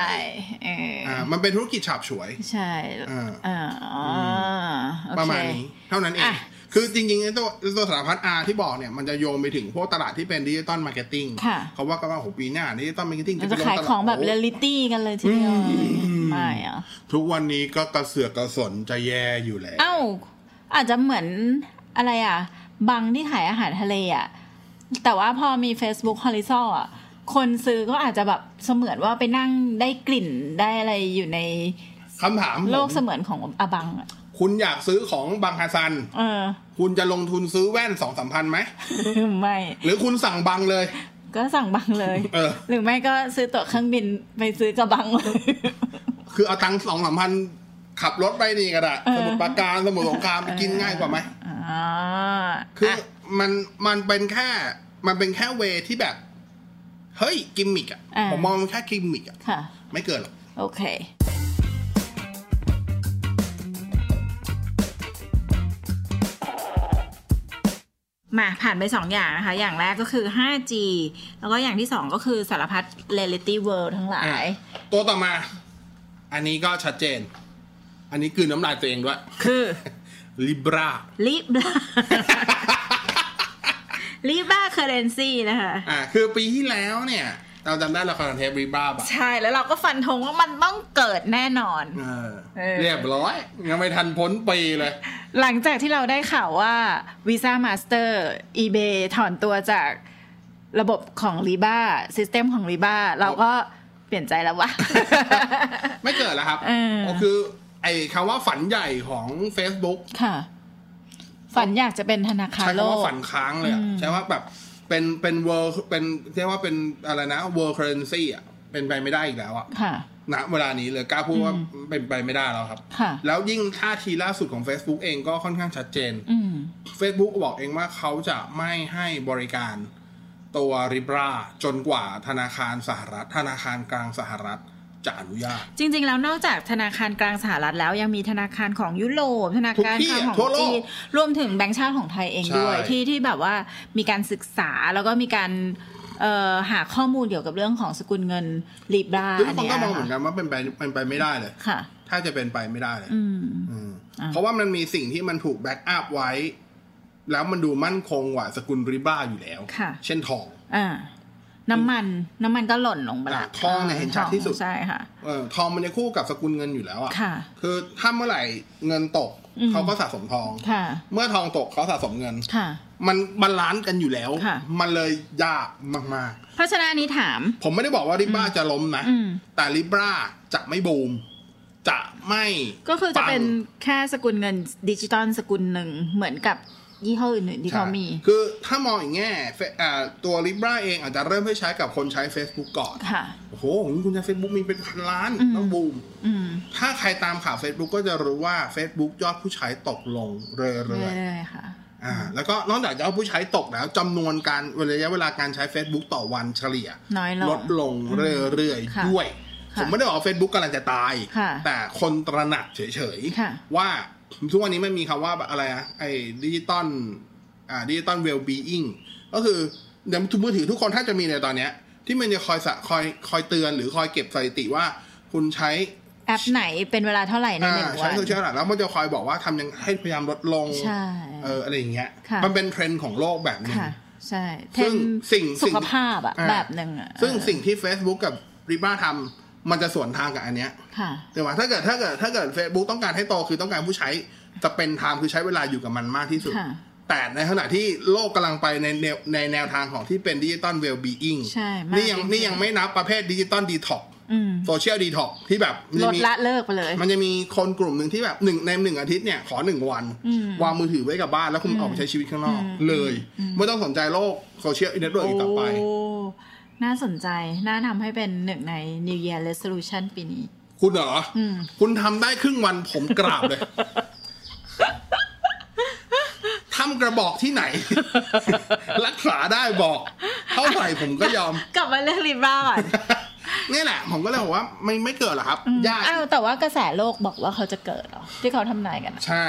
S5: เอออ
S4: อ่ามันเป็นธุรกิจฉาบฉวย
S5: ใช่
S4: อ่า
S5: อ่าโอเค
S4: ประมาณนี้ เท่านั้นเอง
S5: อ่ะ
S4: คือจริงๆไอ้ตัวตัวสารพัด R ที่บอกเนี่ย มันจะโยงไปถึงพวกตลาดที่เป็นดิจิตอลมาร์เก็ตติ้ง
S5: ค่ะ
S4: เขาว่ากันว่าโหปีหน้าดิจิตอลมาร์เก็ตติ้ง
S5: เรา
S4: จะเป็
S5: จะ
S4: น
S5: ขายของแบบเรียล
S4: โอ้
S5: ลิตี้กันเลยทีเดียว
S4: อืม
S5: ไม่อะ
S4: ทุกวันนี้ก็กระเสือกกระสนจะแย่อยู่แล้ว
S5: เอ้า อาจจะเหมือนอะไรอ่ะ บังที่ขายอาหารทะเลอ่ะ แต่ว่าพอมี Facebook h o r i z o n อ่ะ คนซื้อก็อาจจะแบบเสมือนว่าไปนั่งได้กลิ่นได้อะไรอยู่ใน
S4: คำถามผม
S5: โลกเสมือนของอาบังอ่ะ
S4: คุณอยากซื้อของบางฮาซัน
S5: เออ
S4: คุณจะลงทุนซื้อแว่นสองสามพันไหม
S5: ไม่
S4: หรือคุณสั่งบังเลย
S5: ก็สั่งบังเลย
S4: เออ
S5: หรือไม่ก็ซื้อตั๋วเครื่องบินไปซื้อกับบังเลย [LAUGHS]
S4: คือเอาตังค์สองสามพันขับรถไปนี่ก็ได้
S5: เออ
S4: สมุทรปราการสมุทรสงครามไปกินง่ายกว่าไหม
S5: อ๋อ
S4: คืออะ มันมันเป็นแค่มันเป็นแค่เวที่แบบ เฮ้ย กิมมิกอะ
S5: อ่า
S4: ผมมองมันแค่กิมมิกอะ
S5: ค่ะ
S4: ไม่เกินหรอก
S5: โอเค มาผ่านไป 2 อย่างนะคะ อย่างแรกก็คือ 5G แล้วก็อย่างที่ 2 ก็คือสารพัด reality world ทั้งหลา
S4: อ่ะ
S5: ย
S4: ตัวต่อมา อันนี้ก็ชัดเจน อันนี้คือน้ำลายตัวเองด้วย
S5: คือ
S4: ลิบรา
S5: ลิบรา [LAUGHS] ลิบราเคอร์เรนซีนะคะ
S4: อ่าคือปีที่แล้วเนี่ย เราจำได้ละครเทปริบราบอ่ะ
S5: ใช่แล้วเราก็ฟันธงว่ามันต้องเกิดแน่นอน
S4: เออ
S5: เออ
S4: เรียบร้อย ยังไม่ทันพ้นปีเลย
S5: หลังจากที่เราได้ข่าวว่า Visa Master eBay ถอนตัวจากระบบของ Libra System ของ Libra เราก็เปลี่ยนใจแล้ววะ [LAUGHS]
S4: ไม่เกิดแล้วครับ
S5: เออ
S4: ก็คือ ไอ้คำว่าฝันใหญ่ของ Facebook
S5: ค่ะ ฝันอยากจะเป็นธนาคาร
S4: ใช้
S5: โล
S4: คำว่าก ฝันค้างเลยอะใช้ว่าแบบเป็นเป็น world เป็นเรียกว่าเป็นอะไรนะ world currency อ่ะ เป็นไปไม่ได้อีกแล้วอ่ะ
S5: ค่ะ
S4: ณเวลานี้เลยกล้าพูดว่าเป็นไปไม่ได้แล้วครับ
S5: ค่ะ
S4: แล้วยิ่งท่าทีล่าสุดของ Facebook เองก็ค่อนข้างชัดเจน
S5: อืม
S4: Facebook บอกเองว่าเขาจะไม่ให้บริการตัวริบราจนกว่าธนาคารสหรัฐ ธนาคารกลางสหรัฐจะอนุญาต
S5: จริง ๆ แล้วนอกจากธนาคารกลางสหรัฐแล้วยังมีธนาคารของยุโรปธนาคาร
S4: ทุกที่
S5: กลางข
S4: อะ
S5: อง
S4: ทั่วโลก
S5: จีนรวมถึงแบงก์ชาติของไทยเอง
S4: ใช่
S5: ด้วย ที่ที่แบบว่ามีการศึกษาแล้วก็มีการเอ่อหาข้อมูลเกี่ยวกับเรื่องของสกุลเงินลีบรา
S4: ทุก
S5: อันเนี้ย
S4: คนก็มองเหมือน
S5: ค่ะ
S4: กันว่าเป็นไปเป็นไปไม่ได้เลย
S5: ค่ะ
S4: ถ้าจะเป็นไปไม่ได้เลย
S5: อืม
S4: อืม
S5: อ่ะ
S4: เพราะว่ามันมีสิ่งที่มันถูกแบ็กอัพไว้ แล้วมันดูมั่นคงกว่าสกุลริบ้าอยู่แล้ว
S5: ค่ะ
S4: เช่นทอง
S5: อ่า น้ำมันน้ำมันก็หล่นลงไปละ
S4: อ่ะทองเนี่ยเห็นชัดที่สุด
S5: ใช่ค่ะ
S4: เออทองมันจะคู่กับสกุลเงินอยู่แล้วอ่ะ
S5: ค่ะ
S4: คือถ้าเมื่อไหร่เงินตก
S5: อืม
S4: เขาก็สะสมทอง
S5: ค่ะ
S4: เมื่อทองตกเขาสะสมเงิน
S5: ค่ะ
S4: มันบาลานซ์กันอยู่แล้ว
S5: ค่ะ
S4: มันเลยยากมาก
S5: เพราะฉะนั้นอันนี้ถาม
S4: ๆ ผมไม่ได้บอกว่าริบ้าจะล้มนะ
S5: อืม
S4: แต่ริบ้าจะไม่บูม จะไม่
S5: ก็คือจะ
S4: ปัง
S5: เป็นแค่สกุลเงินดิจิตอลสกุลหนึ่งเหมือนกับยี่ห้ออื่นๆที่เขามี
S4: ใช่คือถ้ามองอีกแง่เฟอ่าตัว Libra เองอาจจะเริ่มให้ใช้กับคนใช้ Facebook ก่อน
S5: ค่ะ
S4: โอ้โหนี่คุณใช้ Facebook มีเป็นพันล้าน
S5: อืม
S4: ต้องบูม
S5: อืม
S4: ถ้าใครตามข่าว Facebook ก็จะรู้ว่า Facebook ยอดผู้ใช้ตกลงเรื่อย
S5: เรื่อยๆค่ะ
S4: ๆอ่าแล้วก็นอกจากยอดผู้ใช้ตกแล้วจำนวนการระยะเวลาการใช้ Facebook ต่อวันเฉลี่ย
S5: น้อยลง
S4: ลดลงเรื่อย
S5: ค่ะ
S4: ๆด้วย
S5: ค่ะ
S4: ผมไม่ได้บอกว่า Facebook กำลังจะตาย
S5: ค่ะ
S4: แต่คนตระหนักเฉย
S5: ค่ะ
S4: ๆ ว่าทุกวันนี้มันมีคำว่าอะไรนะไอ้ดิจิตอลอ่าดิจิตอลเวลบีอิงก็คือเดี๋ยวมือถือทุกคนถ้าจะมีในตอนเนี้ย ที่มันจะคอยสะคอยคอยเตือนหรือคอยเก็บสถิติว่า คุณใช้
S5: แอปไหนเป็นเวลาเท่าไหร่ใน
S4: อ่า
S5: หนึ่งวั
S4: ใช้
S5: น
S4: โซเชียลหลักแล้วมันจะคอยบอกว่าทำยังให้พยายามลดลง
S5: ใช่
S4: เอออะไรอย่างเงี้ย
S5: ค่ะ
S4: มันเป็นเทรนด์ของโลกแบบหนึง
S5: ค่ะ ใช่เท
S4: ซึ่
S5: รง นด์
S4: สิ่ง
S5: สุ
S4: สิ่ง
S5: ขภาพอะ
S4: อ่า
S5: แบบหนึ่งอะ
S4: ซึ่งสิ่งที่ Facebook กับริบ้าทำมันจะสวนทางกับอันเนี้ย
S5: ค่ะ
S4: แต่ว่าถ้าเกิดถ้าเกิดถ้าเกิด Facebook ต้องการให้โตคือต้องการผู้ใช้จะเป็นไทม์คือใช้เวลาอยู่กับมันมากที่สุด
S5: ค่ะ
S4: แต่ในขณะที่โลกกำลังไปในแนวในแนวทางของที่เป็นดิจิตอลเวลบีอิง
S5: ใช่มาก
S4: นี่ยัง
S5: จริงๆ
S4: นี่ยังไม่นับประเภทดิจิตอลดีท็อก
S5: อืม
S4: โซเชียลดีท็อกที่แบบมัน
S5: ลด
S4: จะมี
S5: ละเลิกไปเลย
S4: มันจะมีคนกลุ่มหนึ่งที่แบบหนึ่งในหนึ่งอาทิตย์เนี่ยขอหนึ่งวัน
S5: อืม
S4: วางมือถือไว้กับบ้านแล้วคุณออกไปใช้ชีวิตข้างนอก
S5: อืม
S4: เลย ไม่ต้องสนใจโลกโซเชียลอินเทอร์เน็ตอีกต่อไป
S5: โอ้น่าสนใจ น่าทำให้เป็นหนึ่งใน New Year Resolution ปีนี้
S4: คุณเหรออ
S5: ม
S4: คุณทำได้ครึ่งวันผมกราบเลย [LAUGHS] ทำกระบอกที่ไหน [LAUGHS] รักษาได้บอก เท่าไหร่ผมก็ยอม [LAUGHS]
S5: กลับมาเรื่องริบบ้าก่อน
S4: นี่แหละ ผมก็เลยบอกว่า ไม่ไม่เกิดหรอกครับ ยาก
S5: อ้าวแต่ว่ากระแสโลกบอกว่าเขาจะเกิดเหรอ ที่เขาทำนายกันอะ
S4: ใช่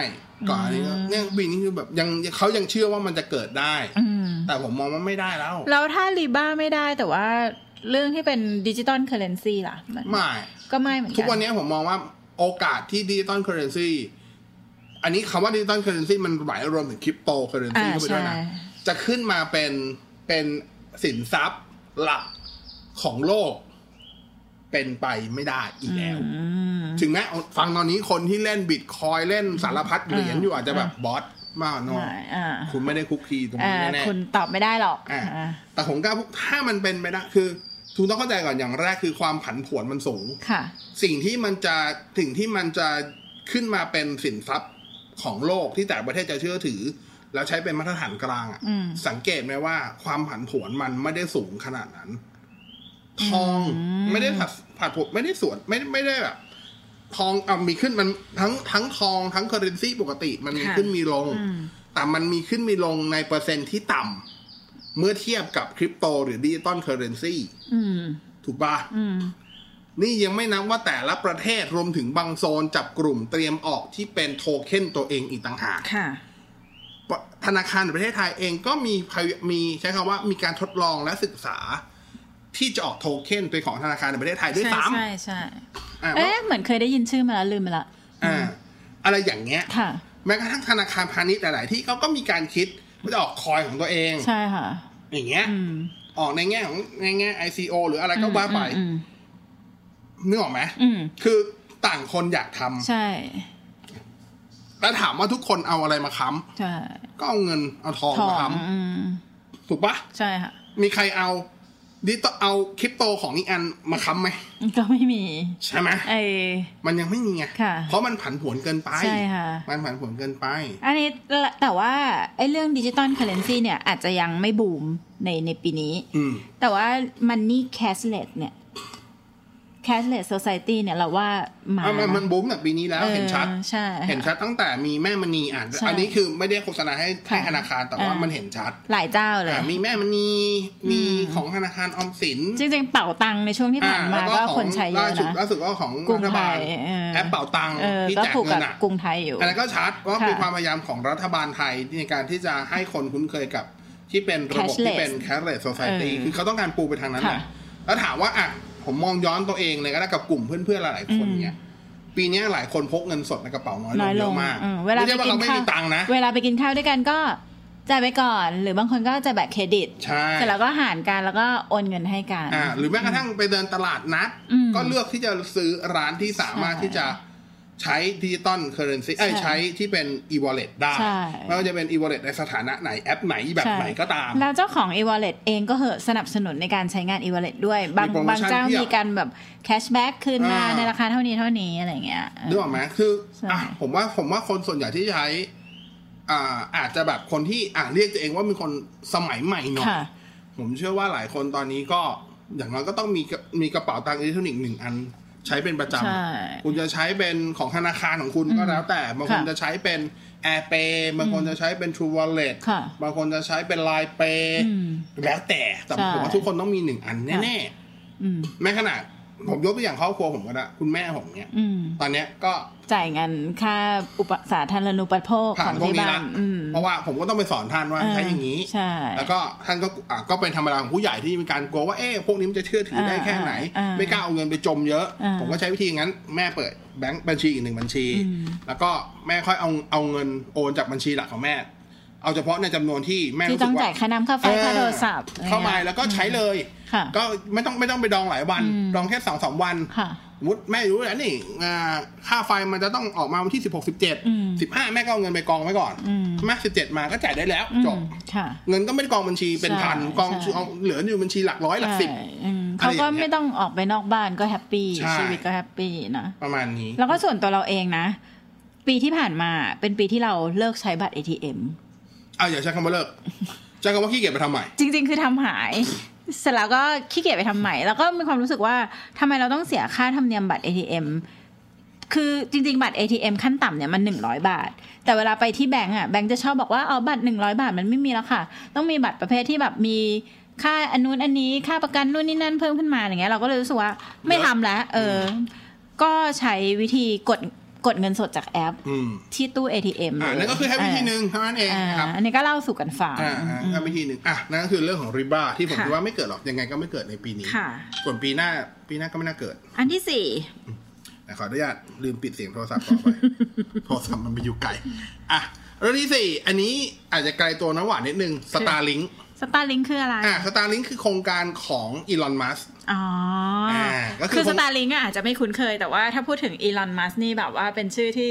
S4: ก่อนอันนี้ก็เนี่ยปีนี้คือแบบยังเขายังเชื่อว่ามันจะเกิดได้
S5: อืม
S4: แต่ผมมองว่าไม่ได้แล้ว
S5: แล้วถ้ารีบ้าไม่ได้แต่ว่าเรื่องที่เป็นดิจิตอลเคอร์เรนซีล่ะมัน
S4: ไม่
S5: ก็ไม่เหมือนกัน
S4: ทุกวันนี้ผมมองว่าโอกาสที่ดิจิตอลเคอเรนซีอันนี้คำว่าดิจิตอลเคอเรนซีมันหมายรวมถึงคริปโตเคอเรนซี
S5: อ่า
S4: เข้าไปด้ว
S5: ใช่
S4: ยนะ จะขึ้นมาเป็นเป็นสินทรัพย์หลักของโลก เป็นไปไม่ได้อีกแล้ว
S5: อืม
S4: ถึงแม้ฟังตอนนี้คนที่เล่นบิตคอยเล่นสารพัดเหรียญ
S5: อ่า
S4: อยู่อาจจะแบบบอสมากน้อย
S5: ไม่อ่า
S4: คุณไม่ได้คุกคีตรง
S5: อ่า
S4: นี้แน่
S5: คุณตอบไม่ได้หรอก
S4: ๆอ่า
S5: อ่า
S4: แต่ผมกล้าพูดถ้ามันเป็นไปได้คือคุณต้องเข้าใจก่อนอย่างแรกคือความผันผวนมันสูง
S5: ค่ะ
S4: สิ่งที่มันจะถึงที่มันจะขึ้นมาเป็นสินทรัพย์ของโลกที่แต่ละประเทศจะเชื่อถือ แล้วใช้เป็นมาตรฐานกลางอะ
S5: อืม
S4: สังเกตไหมว่าความผันผวนมันไม่ได้สูงขนาดนั้น ทองไม่ได้ผัดผัดผวนไม่ได้สวนไม่ไม่ได้แบบทองเอามีขึ้นมันทั้งทั้งทองทั้งเคอร์เรนซีปกติมันมีขึ้นมีลง
S5: อืม
S4: แต่มันมีขึ้นมีลงในเปอร์เซ็นต์ที่ต่ำเมื่อเทียบกับคริปโตหรือดิจิตอลเคอร์เรนซี
S5: อืม
S4: ถูกปะ
S5: อืม
S4: นี่ยังไม่นับว่าแต่ละประเทศรวมถึงบางโซนจับกลุ่มเตรียมออกที่เป็นโทเค็นตัวเองอีกต่างหาก
S5: ค่ะ
S4: ธนาคารแห่งประเทศไทยเองก็มีพยมีใช้คำว่ามีการทดลองและศึกษา ที่จะออกโทเค็นเป็นของธนาคารแห่งประเทศไทยด้วย
S5: ใช่
S4: ซ้
S5: ใช่ใช่
S4: ำอ่า
S5: เอ๊ะเหมือนเคยได้ยินชื่อมาแล้วลืมไปละ
S4: อ่าอะไรอย่างเงี้ย
S5: ค่ะ
S4: แม้กระทั่งธนาคารพาณิชย์หลาย ๆ ที่เขาก็มีการคิดมันจะออกคอยของตัวเอง
S5: ใช่ค่ะ
S4: อย่างเงี้ย
S5: อืม
S4: ออกในแง่ของในแง่ ICO หรืออะไรก็ว่าไป
S5: อืม
S4: นึกออกไหม
S5: อืม
S4: คือต่างคนอยากทำ
S5: ใช่
S4: แต่ถามว่าทุกคนเอาอะไรมาค้
S5: ใช่
S4: ำก็เอาเงินเอาทอง
S5: ถอ
S4: มาน ค้
S5: อืม
S4: ำถูกปะ
S5: ใช่ค่ะ
S4: มีใครเอาดิจิตอลเอาคริปโตของอีกอันมาค้ำไหม
S5: ก็ไม่มี
S4: ใช่ไหม
S5: ไอ
S4: มันยังไม่มีไง
S5: ค่ะ
S4: เพราะมันผันผวนเกินไป
S5: ใช่ค่ะ
S4: มันผันผวนเกินไป
S5: อันนี้ละแต่ว่าไอ้เรื่องดิจิตอลเค r เรนซีเนี่ยอาจจะยังไม่บูมในในปีนี้
S4: อืม
S5: แต่ว่ามันนี่แคสเลสเนี่ยแคสเลสโซซ i ตี้เนี่ยเราว่ามา
S4: อ่ะมันมันบูมตั้งแต่ปีนี้แล้วเห็นชัด
S5: ออใช่
S4: เห็นชัดตั้งแต่มีแม่มณีอ่าน
S5: ใช่
S4: อันนี้คือไม่ได้โฆษณาให้
S5: ค่ะ
S4: ให้ธนาคารแต่ว่า
S5: อ่ามั
S4: มันเห็นชัด
S5: หลายเจ้าเลย
S4: อ่ะมีแม่มณีมี
S5: อืม
S4: ของธนาคารออมสิน
S5: จริงๆ เป่าตังในช่วงที่ผ่านมา
S4: อ่ะ
S5: ก็
S4: แล้ว
S5: คนใช้เย
S4: ล่า
S5: อะ
S4: สุด
S5: นะ
S4: ล่าสุดก็ของ
S5: กรุ
S4: รั
S5: ง
S4: ฐบาล
S5: ไทยเออ
S4: แอปเป่าตังค์
S5: เออ
S4: ที่
S5: ก็
S4: แจก
S5: ผูก
S4: เงิ
S5: กับ
S4: นอ่ะ
S5: กรุงไทยอยู่
S4: อันนั้นก็ชัดว่า
S5: ค่ะ
S4: เป็นความพยายามของรัฐบาลไทยในการที่จะให้คนคุ้นเคยกับที่เป็นระบบ
S5: Cashless
S4: ที่เป็น cashless society
S5: เออ
S4: คือเขาต้องการปูไปทางนั้น
S5: ค่ะ
S4: นะแล้วถามว่าอ่ะผมมองย้อนตัวเองเลยก็ได้กับกลุ่มเพื่อนๆหลายๆคนเนี่ย ปีเนี้ยหลายคนพกเงินสดในกระเป๋าน้อยล
S5: น้อ
S4: ง
S5: ย
S4: เย
S5: ลง
S4: อะมาก
S5: เออเวลา
S4: ไม่ใช่
S5: ไป
S4: ว่า
S5: กิ
S4: เรา
S5: น
S4: ไม่
S5: ข้าว
S4: มีตังค์นะ
S5: เวลาไปกินข้าวด้วยกันก็จ่ายไปก่อน หรือบางคนก็จะแบบเครดิต
S4: ใช่
S5: เสร็จแล้วก็หารกันแล้วก็โอนเงินให้กัน
S4: อ่าหรือแม้กระทั่งไปเดินตลาดนัด
S5: อืม
S4: ก็เลือกที่จะซื้อร้านที่สามาร
S5: ใช่
S4: ถที่จะใช้ดิจิตอลเคอร์เรนซี
S5: ใช่
S4: ใช้ที่เป็น e-wallet ได้
S5: ใช่
S4: ไม่ว่าจะเป็น e-wallet ในสถานะไหนแอปไหนแบบ
S5: ใช่
S4: ไหนก็ตาม
S5: แล้วเจ้าของ e-wallet เองก็เหอะสนับสนุนในการใช้งาน e-wallet ด้วย บาง
S4: มีโปรโมชั่น
S5: บางเจ้า
S4: เพียบ
S5: มีการแบบแคชแบ็กคืนมา
S4: อ่า
S5: ในราคาเท่านี้เท่านี้อะไรอย่างเงี้ยเออ
S4: นึกออกไหมคือ
S5: ใช่
S4: อ่ะผมว่าผมว่าคนส่วนใหญ่ที่ใช้ อ่าอาจจะแบบคนที่อ่าเรียกตัวเองว่าเป็นคนสมัยใหม่หน่อย
S5: ค่ะ
S4: ผมเชื่อว่าหลายคนตอนนี้ก็อย่างน้อยก็ต้องมีกระมีกระเป๋าตังค์อิเล็กทรอนิกส์หนึ่งอัน ใช้เป็นประจ
S5: ใช่
S4: ำคุณจะใช้เป็นของธนาคารของคุณก็แล้วแต่บางคน
S5: ค่ะ
S4: จะใช้เป็น AirPay บางคนจะใช้เป็น True Wallet
S5: ค่ะ
S4: บางคนจะใช้เป็น Line Pay
S5: อืม
S4: แล้วแต่แต่
S5: ใช่
S4: ผมว่าทุกคนต้องมีหนึ่งอัน
S5: ค่ะ
S4: แน่
S5: อืม
S4: ๆแม้ขนาดผมยกตัวอย่างครอบครัวผมก็ได้คุณแม่ผมเนี่ย
S5: อืม
S4: ตอนเนี้ยก็
S5: จ่ายเงินค่าอุปสาธารณูปโภคข
S4: ผ่า
S5: อน ง
S4: พวก
S5: ที่
S4: นี้
S5: บ้า
S4: ละ
S5: นอืม
S4: เพราะว่าผมก็ต้องไปสอนท่านว่าใช้อย่างนี้
S5: ใช่
S4: แล้วก็ท่านก็อ่ะก็เป็นธรรมดาของผู้ใหญ่ที่มีการกลัวว่าเอ๊ะพวกนี้มันจะเชื่อถือได้
S5: อ่า
S4: แค่ไหน
S5: อ่า
S4: ไม่กล้าเอาเงินไปจมเยอะ
S5: อ่า
S4: ผมก็ใช้วิธีงั้น แม่เปิดแบงก์บัญชีอีกหนึ่งบัญชี
S5: อืม
S4: แล้วก็แม่ค่อยเอาเอาเงินโอนจากบัญชีหลักของแม่ เอาเฉพาะในจำนวนที่แม่
S5: ที่
S4: รู้สึก
S5: ต้อง
S4: ว่า
S5: จ่ายค่าน้ำค่าไฟ
S4: เออ
S5: ค่าโทรศัพท์อะไรเงี้ย
S4: เข้ามาแล้วก็ใช้เลย
S5: ค่ะ
S4: ก็ไม่ต้องไม่ต้องไปดองหลายวัน
S5: อืม
S4: ดองแค่สองสามวัน
S5: ค่ะ
S4: สมมติแม่รู้แล้วนี่อ่าค่าไฟมันจะต้องออกมาวันที่สิบหกสิบเจ็ด
S5: อืม
S4: สิบห้าแม่ก็เอาเงินไปกองไว้ก่อน
S5: อืม
S4: แม่สิบเจ็ดมาก็จ่ายได้แล้ว
S5: อืม
S4: จบ
S5: ค่ะ
S4: เงินก็ไม่ได้กองบัญชีเป็นพัน
S5: ใช่
S4: กอง
S5: ใช่
S4: เอาเหลืออยู่บัญชีหลักร้อยหลักสิบ
S5: ใช่อืม
S4: อะไร
S5: เขา
S4: อย่างเงี้ย
S5: ก็ไม่ต้องออกไปนอกบ้านก็แฮปปี้
S4: ใช่
S5: ชีวิตก็แฮปปี้นะ
S4: ประมาณนี้
S5: แล้วก็ส่วนตัวเราเองนะ ปีที่ผ่านมาเป็นปีที่เราเลิกใช้บัตร ATM
S4: เอาอย่าใช้คำว่าเลิกใช้คำว่าขี้เกียจไปทำใหม่
S5: จริง ๆ คือทำหาย เสร็จแล้วก็ขี้เกียจไปทำใหม่ แล้วก็มีความรู้สึกว่าทำไมเราต้องเสียค่าธรรมเนียมบัตร ATM คือจริง ๆ บัตร ATM ขั้นต่ำเนี่ยมัน 100 บาท แต่เวลาไปที่แบงก์อ่ะแบงก์จะชอบบอกว่าเอาบัตร 100 บาทมันไม่มีแล้วค่ะ ต้องมีบัตรประเภทที่แบบมีค่าอันนู้นอันนี้ค่าประกันนู่นนี่นั่นเพิ่มขึ้นมาอย่างเงี้ยเราก็เลยรู้สึกว่าไม่ทำแล้วเอออก็ใช้วิธีกดกดเงินสดจากแอป
S4: อืม
S5: ที่ตู้ ATM
S4: อ่านั่นก็คือแค่วิธีหนึ่งเท่านั้นเอง
S5: อ่า
S4: นะครับ
S5: อันนี้ก็เล่าสู่กันฟัง
S4: อ่าแค่วิธีหนึ่งอ่ะนั่นก็คือเรื่องของริบ้าที่ผม
S5: ค่ะ
S4: คิดว่าไม่เกิดหรอกยังไงก็ไม่เกิดในปีนี้
S5: ค่ะ
S4: ส่วนปีหน้าปีหน้าก็ไม่น่าเกิด
S5: อันที่สี่
S4: แต่ขออนุญาตลืมปิดเสียงโทรศัพท์ต่อไป [LAUGHS] โทรศัพท์มันไปอยู่ไกลอ่ะเรื่องที่สี่อันนี้อาจจะไกลตัวน้ำหวานนิดนึงสตาร์ลิง
S5: สตาร์ลิงคืออะไร
S4: อ่ะสตาร์ลิงคือโครงการของอีลอนมัส
S5: อ๋ออา
S4: ก็คือ
S5: คือ
S4: ผม
S5: สตาร์ลิงอาจจะไม่คุ้นเคย แต่ว่าถ้าพูดถึงอีลอนมัสนี่แบบว่าเป็นชื่อที่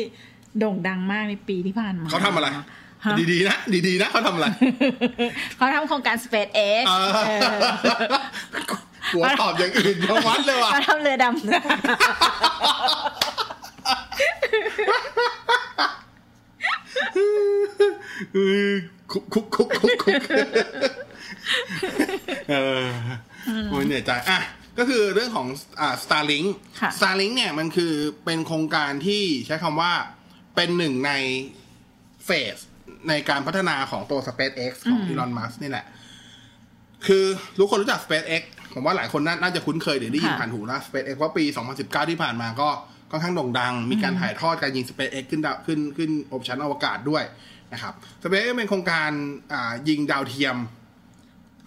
S5: โด่งดังมากในปีที่ผ่านมา
S4: เขาทำอะไร
S5: ฮะ
S4: ดีๆนะ ดีๆนะเขาทำอะไร
S5: เขาทำโครงการ SpaceX
S4: เออ [LAUGHS]
S5: เออ
S4: หัวตอบอย่างอื่นทั้งวันเลยว่ะ
S5: เขาทำเรือดำ
S4: เออคุกคุกคุกคุกคุกเออโอ้ยเหนื่อยใจอ่ะก็คือเรื่องของอ่า Starlink
S5: ค่ะ
S4: Starlink เนี่ยมันคือเป็นโครงการที่ใช้คำว่าเป็นหนึ่งในเฟสในการพัฒนาของตัว SpaceX ของ Elon Musk นี่แหละ คือทุกคนรู้จัก SpaceX ผมว่าหลายคนน่าน่าจะคุ้นเคยหรือได้ยิน
S5: ค่ะ
S4: ผ่านหูนะ SpaceX เพราะปี 2019 ที่ผ่านมาก็ค่อนข้างโด่งดัง มีการถ่ายทอดการยิง SpaceX ขึ้นดาวขึ้นขึ้นอบชั้นอวกาศด้วยนะครับ SpaceX เป็นโครงการอ่ายิงดาวเทียม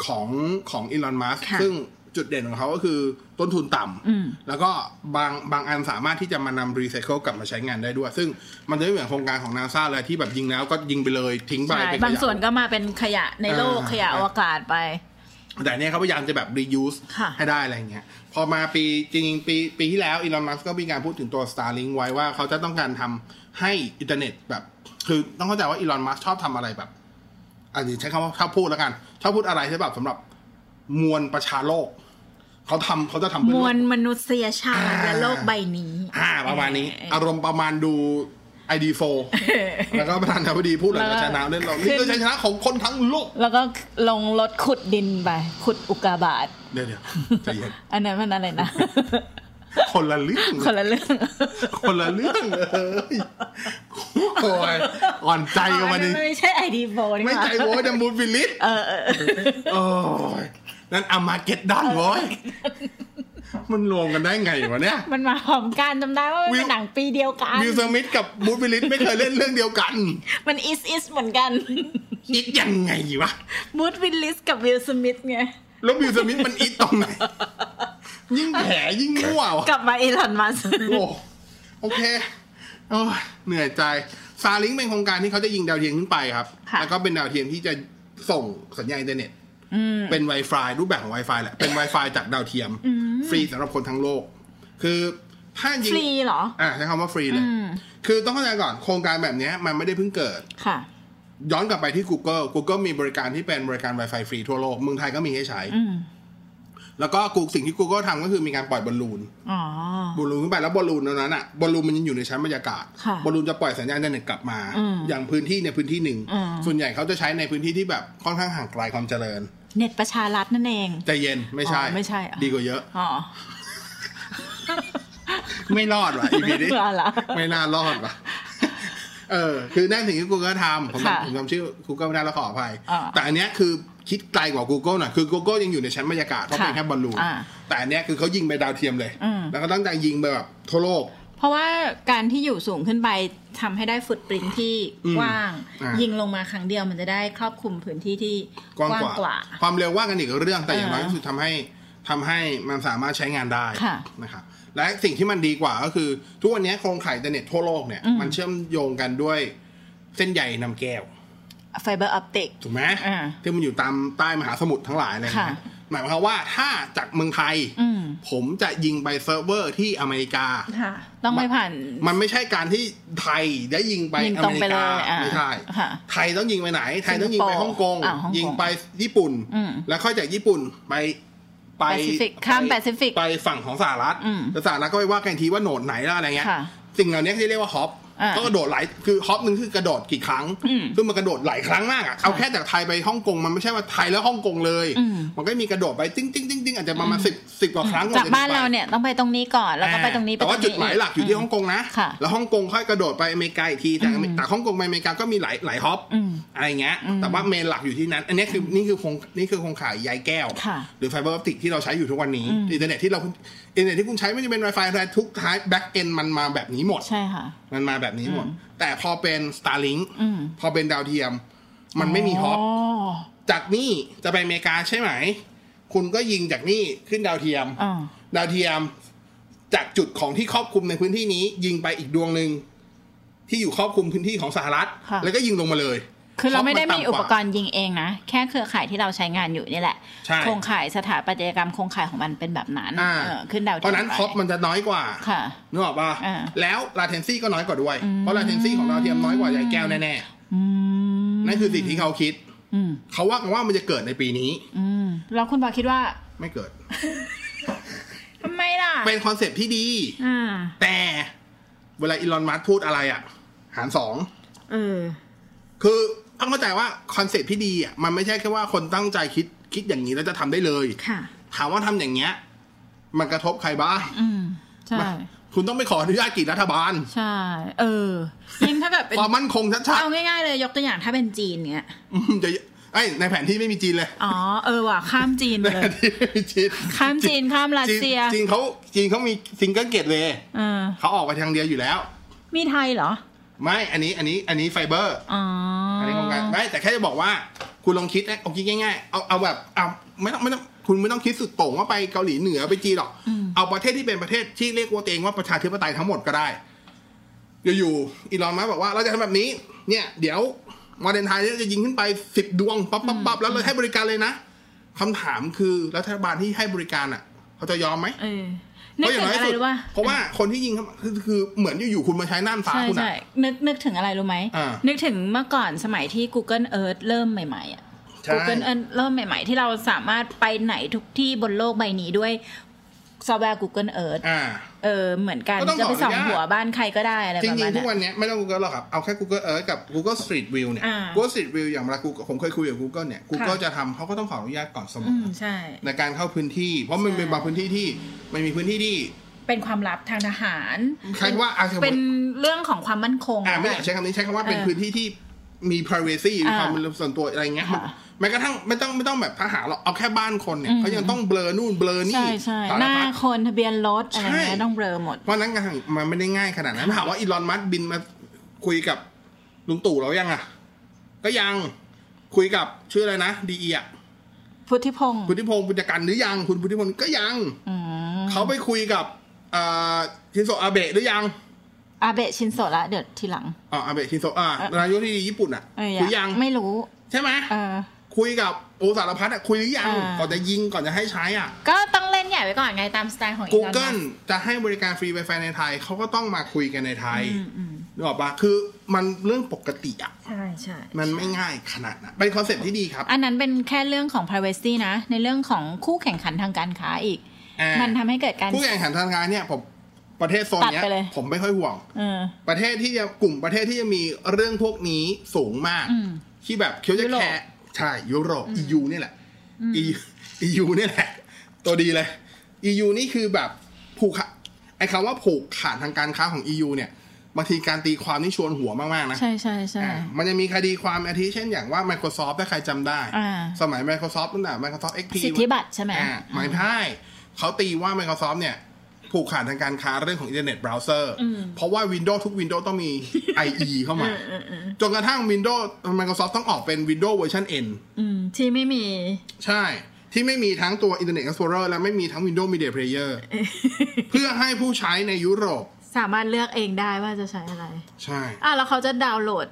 S4: ของของอีลอนมัส
S5: ค่ะ
S4: ซึ่ง จุดเด่นของเขาก็คือต้นทุนต่ำ
S5: อืม
S4: แล้วก็บางบางอันสามารถที่จะมานำรีไซเคิลกลับมาใช้งานได้ด้วย ซึ่งมันจะไม่เหมือนโครงการของนาซาเลยที่แบบยิงแล้วก็ยิงไปเลยทิ้งไป
S5: ใช่
S4: เป็นขยะ
S5: บางส่วนก็มาเป็นขยะในโลก
S4: อ่า
S5: ขยะอวกาศไป
S4: แต่เนี่ยเขาพยายามจะแบบ reuse
S5: ค่ะ
S4: ให้ได้อะไรเงี้ย พอมาปีจริงๆปีปีที่แล้วอีลอนมัสก็มีการพูดถึงตัว Starlink ไว้ว่าเขาจะต้องการทำให้อินเทอร์เน็ตแบบ คือต้องเข้าใจว่าอีลอนมัสชอบทำอะไรแบบอันนี้ใช้คำว่าชอบพูดแล้วกัน ชอบพูดอะไรที่แบบสำหรับมวลประชาโลก เขาทำเขาจะทำ
S5: ม
S4: เพื่อโลก
S5: วลมนุษยชาติ
S4: อ่า
S5: และโลกใบนี้
S4: อ่าประมาณนี้
S5: เออ
S4: อารมณ์ประมาณดูไอดี
S5: [LAUGHS]
S4: โฟแล้วก็ประธานาธิบดีพูดหลังจากชนะเล่นเรานี่คือชัยชนะของคนทั้งโลก
S5: แล้วก็ลงรถขุดดินไป ขุดอุกกาบาต
S4: เดี๋ยวเดี๋ยวใจเย็น
S5: อันนั้นมันอะไรนะ [LAUGHS]
S4: คนละเรื่อง
S5: คนละเรื่อง
S4: คนละเรื่องเลยโอ้ยอ่อนใจกันวันนี้
S5: ไม่ใช่ไอดีโบนี่
S4: ไม่ใจ
S5: หว่า
S4: โว้ยดัมบูลฟิลิป
S5: เออเออ
S4: โอ้ยนั่นอามาเก็ตดันโว้ยมันรวมกันได้ไงวะเนี่ย
S5: มันมาพร้อมกันจำได้ว่ามัน
S4: วิ
S5: เป็
S4: ว
S5: นหนังปีเดียวกัน
S4: วิลสมิธกับบูธฟิลิปไม่เคยเล่นเรื่องเดียวกัน
S5: มันอิสอิสเหมือนกัน [LAUGHS]
S4: อิดยังไงวะ
S5: บูธวินลิสกับวิลสมิธไง
S4: แล้ววิลสมิธมันอิดตรงไหน ยิ่งแผลยิ่งมั่ววะ
S5: กลับมาอีลอนมัส
S4: [LAUGHS]
S5: ก์
S4: โอ้โอเคโอ้ยเหนื่อยใจซาลิงเป็นโครงการที่เขาจะยิงดาวเทียมขึ้นไปครับ
S5: ะ
S4: แล้วก็เป็นดาวเทียมที่จะส่งสัญญาณอินเทอร์เน็ตเป็น Wi-Fi รูปแบบของ Wi-Fi แหละ เป็น Wi-Fi จากดาวเทียม ฟรีสำหรับคนทั้งโลก คือถ้ายิง
S5: ฟรีเหรอ
S4: อ่ะใช้คำว่าฟรีเลย
S5: อืม
S4: คือต้องเข้าใจก่อนโครงการแบบเนี้ยมันไม่ได้เพิ่งเกิด
S5: ค่ะ
S4: ย้อนกลับไปที่ Google Google มีบริการที่เป็นบริการ Wi-Fi ฟรีทั่วโลกเมืองไทยก็มีให้ใช้
S5: อืม
S4: แล้วก็กูสิ่งที่ Google ทำก็คือมีการปล่อยบอลลูน
S5: อ๋อ
S4: บอลลูนขึ้นไปแล้วบอลลูนตรงนั้นอ่ะบอลลูนมันยังอยู่ในชั้นบรรยากาศ
S5: ค่ะ
S4: บอลลูนจะปล่อยสัญญาณอินเทอร์เน็ตกลับมา
S5: อืม
S4: อย่างพื้นที่ในพื้นที่หนึ่ง
S5: อืม
S4: ส่วนใหญ่เขาจะใช้ในพื้นที่ที่แบบค่อนข้างห่างไกลความเจริญ
S5: เน็ตประชารัฐนั่นเอง
S4: ใจเย็นไม่ใช่
S5: อ๋อไม่ใช่เหรอ
S4: ดีกว่าเยอะ
S5: อ๋อ
S4: ไม่รอดว่ะอีพีนี้
S5: เหรอเหรอ
S4: ไม่น่ารอดว่ะเออ คือนั่นสิ่งที่ Google ทำผม
S5: ค่ะ
S4: จำผมจำชื่อ Google ไม่ได้แล้วขออภัย
S5: อ่า
S4: แต่อันเนี้ยคือคิดไกลกว่า Google หน่อยคือ Google ยังอยู่ในชั้นบรรยากาศเพราะ
S5: ค่ะ
S4: เป็นแค่บอลลูน
S5: อ่า
S4: แต่อันเนี้ยคือเขายิงไปดาวเทียมเลย
S5: อืม
S4: แล้วก็ตั้งใจยิงไปแบบทั่วโลก
S5: เพราะว่าการที่อยู่สูงขึ้นไปทำให้ได้ฟุตปรินท์ที่
S4: อืม
S5: กว้าง
S4: อ่ะ
S5: ยิงลงมาครั้งเดียวมันจะได้ครอบคลุมพื้นที่ที่
S4: กว้างกว่า
S5: กว่า
S4: ความเร็วว่ากันอีกเรื่องแต่อย่าง
S5: เออ
S4: น้อยที่สุดทำให้ทำให้มันสามารถใช้งานได้
S5: ค่ะ
S4: นะครับและสิ่งที่มันดีกว่าก็คือ ทุกวันนี้โครงข่ายอินเทอร์เน็ตทั่วโลกเนี่ย
S5: อืม
S4: มันเชื่อมโยงกันด้วยเส้นใยนำแก้ว
S5: ไฟเบอร์ออปติก
S4: ถูกไหม
S5: อ่า
S4: ที่มันอยู่ตามใต้มหาสมุทรทั้งหลายอะไร
S5: ค่ะ
S4: เงี้ยหมายความว่าถ้าจากเมืองไทย
S5: อืม
S4: ผมจะยิงไปเซิร์ฟเวอร์ที่อเมริกา
S5: ค่ะ ต้องไม่ผ่าน
S4: มันไม่ใช่การที่ไทยได้ยิงไป
S5: ยิง
S4: อ
S5: ตร
S4: เม
S5: ง
S4: ริ
S5: ไปเล
S4: กาย
S5: อ่ะ
S4: ไม่ใช่
S5: ค่ะ
S4: ไทยต้องยิงไปไหน ไทยต้องยิงไปฮ่องกง
S5: อ่ะฮ่องกง
S4: ยิงไปญี่ปุ่น
S5: อืม
S4: แล้วค่อยจากญี่ปุ่นไปไป
S5: Pacific ข้าม
S4: ไป
S5: Pacific
S4: ไปฝั่งของสหรัฐ
S5: อืม
S4: แล้วสหรัฐก็ไปว่ากันทีว่าโหนดไหนแล้วอะไรเงี้ย
S5: ค่ะ
S4: สิ่งเหล่านี้ที่เรียกว่าฮอป
S5: อ่ะ
S4: ก็กระโดดหลายคือฮอปหนึ่งคือกระโดดกี่ครั้ง
S5: อืม
S4: ซึ่งมันกระโดดหลายครั้งมากอ่ะเอาแค่จากไทยไปฮ่องกงมันไม่ใช่ว่าไทยแล้วฮ่องกงเลย
S5: อืม
S4: มันก็มีกระโดดไปติ้งติ้งติ้งติ้งอาจจะประมาณสิบสิบกว่าครั้งว่
S5: จาก
S4: จะ
S5: บ้าน
S4: ถึง
S5: เรา
S4: ไป
S5: เนี่ยต้องไปตรงนี้ก่อนแล้วก็ไปตรงนี้
S4: แต่ว่า
S5: ไป
S4: จุ
S5: ร
S4: ด
S5: งนี้
S4: หมายหลักอยู่ที่ฮ่องกงนะ
S5: ค่ะ
S4: แล้วฮ่องกงค่อยกระโดดไปอเมริกาอีกที แต่อเมริแต่ฮ่องกงไปอเมริกาก็มีหลายหลายฮอป
S5: อืม
S4: อะไรเงี้ย แต่ว่าเมนหลักอยู่ที่นั้น อันนี้คือนี่คือโครงนี่คือโครงข่ายใยแก้ว
S5: ค่ะ
S4: หรือไฟเบอร์ออปติกที่เราใช้อยู่ทุกวันนี้ อินเทอร์เน็ตที่เราอินเทอร์เน็ตที่คุณใช้ไม่จะเป็น Wi-Fi อะไรทุกท้ายแบ็กเอนมันมาแบบนี้หมด
S5: ใช่ค่ะ
S4: มันมาแบบนี้หมด แต่พอเป็น Starlink
S5: อืม
S4: พอเป็นดาวเทียม มันไม่มีฮอป
S5: อ๋อ
S4: จากนี่จะไปอเมริกาใช่ไหม คุณก็ยิงจากนี่ขึ้นดาวเทียม
S5: อ่า
S4: ดาวเทียมจากจุดของที่ครอบคลุมในพื้นที่นี้ ยิงไปอีกดวงหนึ่งที่อยู่ครอบคลุมพื้นที่ของสหรัฐ
S5: ค่ะ
S4: แล้วก็ยิงลงมาเลย
S5: คือเราไม่ได้มี
S4: เพะน
S5: อุ
S4: ต่ำ
S5: ป
S4: ว่า
S5: กรณ์ยิงเองนะ แค่เครือข่ายที่เราใช้งานอยู่นี่แหละ
S4: ใช่
S5: โครงข่ายสถาปัตยกรรมโครงข่ายของมันเป็นแบบนั้น
S4: อ่า
S5: เออขึ้นดาว
S4: เพราะฉะนั้น
S5: ทียมไป
S4: ฮอปมันจะน้อยกว่า
S5: ค่ะ
S4: นึกออกป่ะ
S5: อ่า
S4: แล้ว latency ก็น้อยกว่าด้วย เพราะ latency ของดาวเทียมน้อยกว่าใยแก้วแน่
S5: อืม
S4: ๆนั่นคือสิ่งที่เขาคิด
S5: อืม
S4: เขาว่ากันว่ามันจะเกิดในปีนี้
S5: อืมแล้วคุณบอคิดว่า
S4: ไม่เกิด
S5: ทำไมล่ะ
S4: เป็นคอนเซปต์ที่ดี
S5: อ่า
S4: แต่เวลาอีลอนมัสพูดอะไรอ่ะ หารสอง
S5: เออ
S4: คือต้องเข้าใจว่าคอนเซ็ปต์ที่ดีอ่ะมันไม่ใช่แค่ว่าคนตั้งใจคิดคิดอย่างนี้แล้วจะทำได้เลย
S5: ค่ะ
S4: ถามว่าทำอย่างเงี้ย มันกระทบใครบ้าง
S5: อืม ใช่
S4: มันคุณต้องไปขออนุญาตกี่รัฐบาล
S5: ใช่ เออ ยิ่งถ้าแบบเป็น
S4: ความมั่นคงชัด
S5: เอาง่ายๆเลยยกตัวอย่างถ้าเป็นจีนเนี้ย
S4: ๆอืมจะไอ้ยในแผนที่ไม่มีจีนเลย
S5: อ๋อ เออว่ะข้ามจีน
S4: ใน
S5: ไปเล
S4: แผ
S5: ย
S4: นที่ไม่มีจีน
S5: ข้ามจีนข้ามรัสเซีย
S4: จีนเขาจีนเขามีซิงเกิลเกตเลย
S5: เออ
S4: เขาออกไปทางเดียวอยู่แล้ว
S5: มีไทยเหรอ
S4: ไม่อันนี้อันนี้อันนี้ไฟเบอร์
S5: อ๋ออ
S4: อันนี้โครงการไม่แต่แค่จะบอกว่า คุณลองคิดนะเอาคิดง่ายๆ เอาเอาแบบเอาไม่ต้องไม่ต้อง คุณไม่ต้องคิดสุดโต่งว่าไปเกาหลีเหนือไปจีนหรอก เอาประเทศที่เป็นประเทศที่เรียกว่าตัวเองว่าประชาธิปไตยทั้งหมดก็ได้ อยู่ๆอีลอนมัสก์บอกว่าเราจะทำแบบนี้ เนี่ย เดี๋ยววันเดนไทยจะยิงขึ้นไปสิบดวงปั๊บปั๊บปั๊บแล้วเราให้บริการเลยนะคำถามคือรัฐบาลที่ให้บริการอ่ะเขาจะยอมไหม
S5: เออนึกถึงอะไรรู้ป่ะ
S4: เพราะว่าคนที่ยิงเข้ามาคือคือเหมือนอยู่ๆคุณมาใช้น่านฟ้า
S5: ใช่
S4: คุณอะ
S5: ใช่นึกนึกถึงอะไรรู้ไหม
S4: อ่านึ
S5: นึกถึงเมื่อก่อนสมัยที่ Google Earth เริ่มใหม่ๆอ่ะ
S4: ใช่
S5: Google Earth เริ่มใหม่ ๆ ที่เราสามารถไปไหนทุกที่บนโลกใบนี้ด้วยซอฟต์แวร์ Google Earth
S4: อ่า
S5: เออเหมือนกัน
S4: ก็ต้อง
S5: จะไปส่อง
S4: ขออนุญาต
S5: หัวบ้านใครก็ได้อะไร
S4: จ
S5: ประ
S4: ริ
S5: มางณ
S4: ๆทุกวั
S5: นั้น
S4: นเนี้ยไม่ต้อง Google หรอกครับ เอาแค่ Google Earth กับ Google Street View เนี่ย
S5: อ่า
S4: Google Street View อย่างเวลา Google ผมเคยคุยกับ Google เนี่ย Google จะทำเขาก็ต้องขออนุญาตก่อนเสม
S5: อื
S4: อ
S5: มใช่
S4: ในการเข้าพื้นที่ เพราะมัน
S5: ใช่
S4: เป็นบางพื้นที่ที่มันมีพื้นที่ที่
S5: เป็นความลับทางทหาร
S4: ใช้คำว่าอาสมม
S5: เป็น
S4: ติ
S5: เรื่องของความมั่นคง
S4: อ่าไม่อยากใช้คำนี้ใช้คำว่าเป็น
S5: เออ
S4: พื้นที่ที่มี privacy
S5: อ่า
S4: ความเป็นส่วนตัวอะไรเงี้ยมัน
S5: ค่ะ
S4: แม้กระทั่งไม่ต้องไม่ต้องแบบทหารหรอกเอาแค่บ้านคนเนี่ย
S5: อืม
S4: เขายังต้องเบลอนู่นเบลอนี่
S5: ใช่ใช่
S4: สาร
S5: หน้า
S4: พัด
S5: คนทะเบียนรถอะไร
S4: ใช่
S5: เงี้ยต้องเบลอหมด
S4: เพราะฉะนั้นการมันไม่ได้ง่ายขนาดนั้นถามว่าอีลอนมัสบินมาคุยกับลุงตู่เรายังอ่ะ ก็ยังคุยกับชื่ออะไรนะดีเอะ
S5: พุทธิพงศ์
S4: พุทธิพงศ์ปุญจกันหรือยัง คุณพุทธิพงศ์ก็ยัง
S5: อืม
S4: เขาไปคุยกับอ่าชินโซอาเบะหรือยัง
S5: อาเบะชินโซะละเดี๋ยวทีหลัง
S4: อ๋ออาเบะชินโซอ่า
S5: เอ่อ
S4: นายกที่ดีญี่ปุ่นอ่ะ
S5: เออ
S4: คุยยัง
S5: ไม่รู้
S4: ใช่ไหม
S5: เออ
S4: คุยกับโอสารพัฒน์อ่ะคุยหรือยัง
S5: อ่า
S4: ก่อนจะยิงก่อนจะให้ใช้อ่ะ
S5: ก็ต้องเล่นใหญ่ไว้ก่อนไงตามสไตล์ของอีลอนมัส
S4: Google
S5: ก์
S4: จะให้บริการฟรี Wi-Fi ในไทยเขาก็ต้องมาคุยกันในไทย
S5: อืมอืม
S4: นึกออกปะคือมันเรื่องปกติอ่ะ
S5: ใช่ใช่
S4: มันไม่ง่ายขนาดนั้นเป็นคอนเซ็ปต์ที่ดีครับ
S5: อันนั้นเป็นแค่เรื่องของ privacy นะ ในเรื่องของคู่แข่งขันทางการค้าอีก
S4: อ่า
S5: มันทำให้เกิดการ
S4: ผู้แข่งขันทางการเนี่ยผมประเทศโซนเนี้ย
S5: ตัดไปเลย
S4: ผมไม่ค่อยห่วง
S5: เออ
S4: ประเทศที่จะกลุ่มประเทศที่จะมีเรื่องพวกนี้สูงมาก
S5: อืม
S4: ที่แบบเคียวจะ
S5: ยุโรป
S4: แคร์ใช่ยุโรป EU นี่แหละ EU EU นี่แหละ ตัวดีเลย EU นี่คือแบบผูกขาดไอ้คำว่าผูกขาดทางการค้าของ EU เนี่ยบางทีการตีความนี่ชวนหัวมากๆนะ
S5: ใช่ใช่ใช่
S4: อ่ะมันยังมีคดีความอาทิเช่นอย่างว่า Microsoft ถ้าใครจำได้
S5: อ่า
S4: สมัย Microsoft นั่นแหละ Microsoft XP
S5: สิทธิบัตรใช่ไหม
S4: อ่ะหมายพายเขาตีว่า Microsoft เนี่ย ผูกขาดทางการค้าเรื่องของอินเทอร์เน็ตเบราว์เซอร์ เพราะว่า Windows ทุก Windows ต้องมี
S5: [LAUGHS]
S4: IE เข้ามา จนกระทั่ง Windows Microsoft ต้องออกเป็น Windows เวอร์ชัน N
S5: อืมที่ไม่มี
S4: ใช่ ที่ไม่มีทั้งตัว Internet Explorer และไม่มีทั้ง Windows Media
S5: [LAUGHS]
S4: Player เพื่อให้ผู้ใช้ในยุโรป
S5: สามารถเลือกเองได้ว่าจะใช้อะไร
S4: ใช่
S5: อ่ะแล้วเขาจะดาวน์โหลด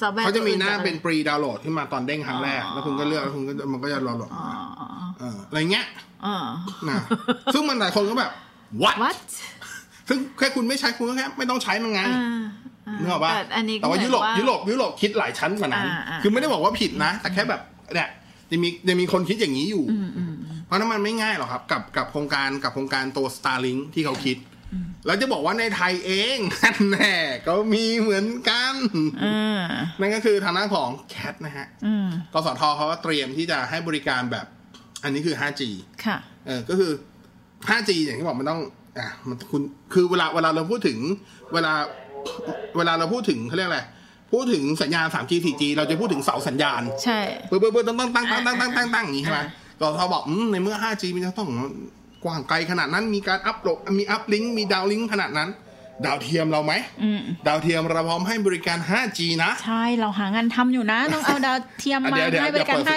S5: ซอฟต์แวร์
S4: เขาจะมีหน้า
S5: ตัวอื่จก
S4: เป็นปรีดาวน์โหลดขึ้นมาตอนเด้งครั้งแรก แล้วคุณก็เลือกแล้วคุณก็มันก็จะดาวน์โหลด
S5: อ๋อ
S4: เอออะไรเงี้ย
S5: อ๋อ [LAUGHS]
S4: นะซึ่งมันหลายคนก็แบบ what
S5: วัด
S4: ซึ่งแค่คุณไม่ใช้คุณก็แค่ไม่ต้องใช้มันไง
S5: อ่าา
S4: นึกออกปะ
S5: แต่อันนี้ก็
S4: แต่ว่า
S5: เหมือ
S4: ยุ
S5: น
S4: โรป
S5: ว่า
S4: ยุโรปยุโรปคิดหลายชั้นกว่านั้น
S5: อ่าอ่า
S4: คือไม่ได้บอกว่าผิดนะ แต่แค่แบบเนี่ยยังมียังมีคนคิดอย่างนี้อยู่ เพราะนั้นมันไม่ง่ายหรอกครับ กับกับโครงการกับโครงการตัว Starlink ที่เขาคิด แล้วจะบอกว่าในไทยเอง [LAUGHS] นั่นแน่ก็มีเหมือนกัน
S5: อ่า
S4: นั่นก็คือทางด้านของแคทนะฮะ
S5: อืม
S4: กสทเขาก็เตรียมที่จะให้บริการแบบ อันนี้คือ 5G
S5: ค่ะ
S4: เออก็คือ 5G อย่างที่บอกมันต้องอ่ะมันคุณคือเวลาเวลาเราพูดถึง เวลาเวลาเราพูดถึงเขาเรียกอะไรพูดถึงสัญญาณ 3G 4G เราจะพูดถึงเสาสัญญาณ
S5: ใช่
S4: เปิดเปิดเปิดตั้งตั้งตั้งตั้งตั้งตั้งตั้งตั้งอย่างนี้ใช่ไหม
S5: อ่า
S4: กสทบอกอืมในเมื่อ 5G มันจะต้องกว้างไกลขนาดนั้นมีการอัพโหลดมีอัพลิงก์มีดาวลิงก์ขนาดนั้น ดาวเทียมเราไหม
S5: อืม
S4: ดาวเทียมเราพร้อมให้บริการ 5G นะ
S5: ใช่เราหางานทำอยู่นะ ต้องเอาดาวเทียมมา
S4: เดี๋ยวเดี๋ยว
S5: ให้บริการ
S4: เ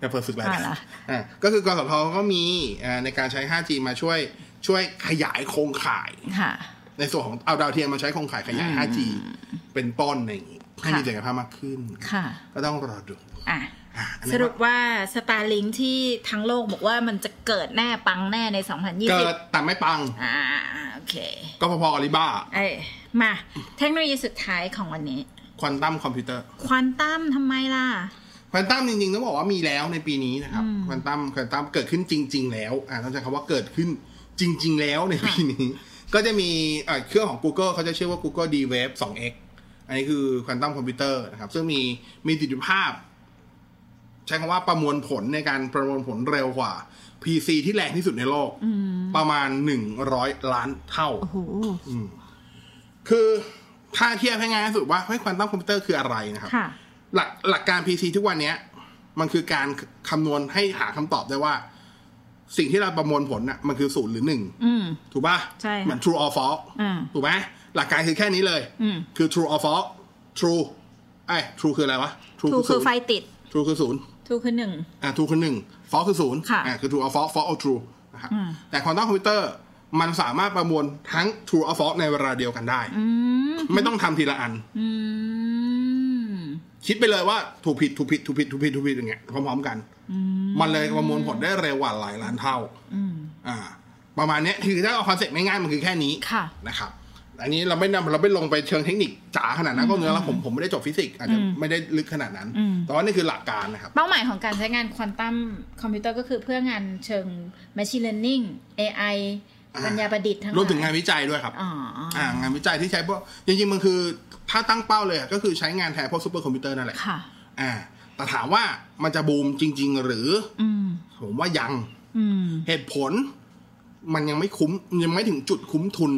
S4: ดี๋ยว
S5: 5G ฮะ
S4: เปิดสายด้านจะเปิดฝึกแบบ
S5: อ่าเหรอ
S4: อ่าก็คือกสทก็มีอ่าในการใช้ 5G มาช่วยช่วยขยายโครงข่าย
S5: ค่ะ
S4: ในส่วนของเอาดาวเทียมมาใช้โครงข่ายขยาย 5G เป็นต้นอะไรอย่างงี้ให้มี
S5: ค่ะ
S4: ศักยภาพมากขึ้น
S5: ค่ะ
S4: ก็ต้องรอดู
S5: อ่ะ
S4: อ่ะอัน
S5: ส
S4: นี้
S5: รุปว่า Starlink ที่ทั้งโลกบอกว่ามันจะเกิดแน่ปังแน่ใน
S4: เกิด
S5: 2020
S4: แต่ไม่ปัง
S5: อ่าโอเค
S4: ก็พอๆกับลิบ้า
S5: เอ้ยมาเทคโนโลยีสุดท้ายของวันนี้
S4: ควอนตัมคอมพิวเตอร์
S5: ควอนตัมทำไมล่ะ
S4: ควอนตัมจริงๆต้องบอกว่ามีแล้วในปีนี้นะครับควอนตัมควอนตัมเกิดขึ้นจริง ๆ แล้วอ่าต้องใช้คำว่าเกิดขึ้นจริง ๆ แล้วใน [LAUGHS] ปีนี้ ก็จะมีเอ่อเครื่องของ Google เขาจะชื่อว่า Google D-Wave 2x อันนี้คือควอนตัมคอมพิวเตอร์นะครับ ซึ่งมีมีประสิทธิภาพ ใช้คำว่าประมวลผลในการประมวลผลเร็วกว่า PC ที่แรงที่สุดในโลก ประมาณ 100 ล้านเท่า
S5: โอ้โห
S4: คือถ้าเทียบให้ง่ายที่สุดว่าเฮ้ยควอนตัมคอมพิวเตอร์คืออะไรนะครับ
S5: ค่ะ
S4: หลักหลักการ PC ทุกวันเนี้ย มันคือการคำนวณให้หาคำตอบได้ว่า สิ่งที่เราประมวลผลน่ะมันคือศูนย์หรือหนึ่ง
S5: อืม
S4: ถูกป่ะ
S5: ใช่ค่ะ
S4: เหมือน true or false
S5: อ่า
S4: ถูกไหมหลักการคือแค่นี้เลย
S5: อืม
S4: คือ true or false true ไอ้ย true คืออะไรวะ
S5: ทูคือไฟ
S4: ศูนย์
S5: ติด
S4: true คือศูนย์
S5: ทูคือหนึ่ง
S4: อ่า true คือหนึ่ง ฟอลคือศูนย์
S5: ค่ะ
S4: อ่าคือ true or false false or true นะครับ
S5: อืม
S4: แต่ควอนตัมคอมพิวเตอร์มันสามารถประมวลทั้ง true or false ในเวลาเดียวกันได้
S5: อืม
S4: ไม่ต้องทำทีละอัน
S5: อืม
S4: คิดไปเลยว่าถูกผิดถูกผิดถูกผิดถูกผิดถูกผิดอย่างเงี้ยพร้อมๆกัน มันเลยประมวลผลได้เร็วกว่าหลายล้านเท่า
S5: อืม
S4: อ่า ประมาณเนี้ยคือถ้าเอาคอนเซ็ปต์ง่ายๆมันคือแค่นี้
S5: ค่ะ
S4: นะครับอันนี้เราไม่นำเราไม่ลงไปเชิงเทคนิคจ๋าขนาดนั้นก็เนื้อแล้วผมผมไม่ได้จบฟิสิกส์อาจจะ
S5: อืม
S4: ไม่ได้ลึกขนาดนั้น
S5: อืม
S4: แต่ว่านี่คือหลักการนะครับ
S5: เป้าหมายของการใช้งานควอนตัมคอมพิวเตอร์ก็คือเพื่องานเชิง Machine Learning AI
S4: อ่า
S5: ปัญญาประดิษฐ์ทั้งหล
S4: ร
S5: ยว
S4: มถึงงานวิจัยด้วยครับ
S5: อ๋ออ
S4: อ่างานวิจัยที่ใช้พวกจริงๆมันคือถ้าตั้งเป้าเลยอะก็คือใช้งานแทนพวกซูเปอร์คอมพิวเตอร์นั่นแหละ
S5: ค่ะ
S4: อ่าแต่ถามว่ามันจะบูมจริง ๆ หรือ
S5: อืม
S4: ผมว่ายัง
S5: อืม
S4: เหตุผลมันยังไม่คุ้มยังไม่ถึงจุดคุ้มทุน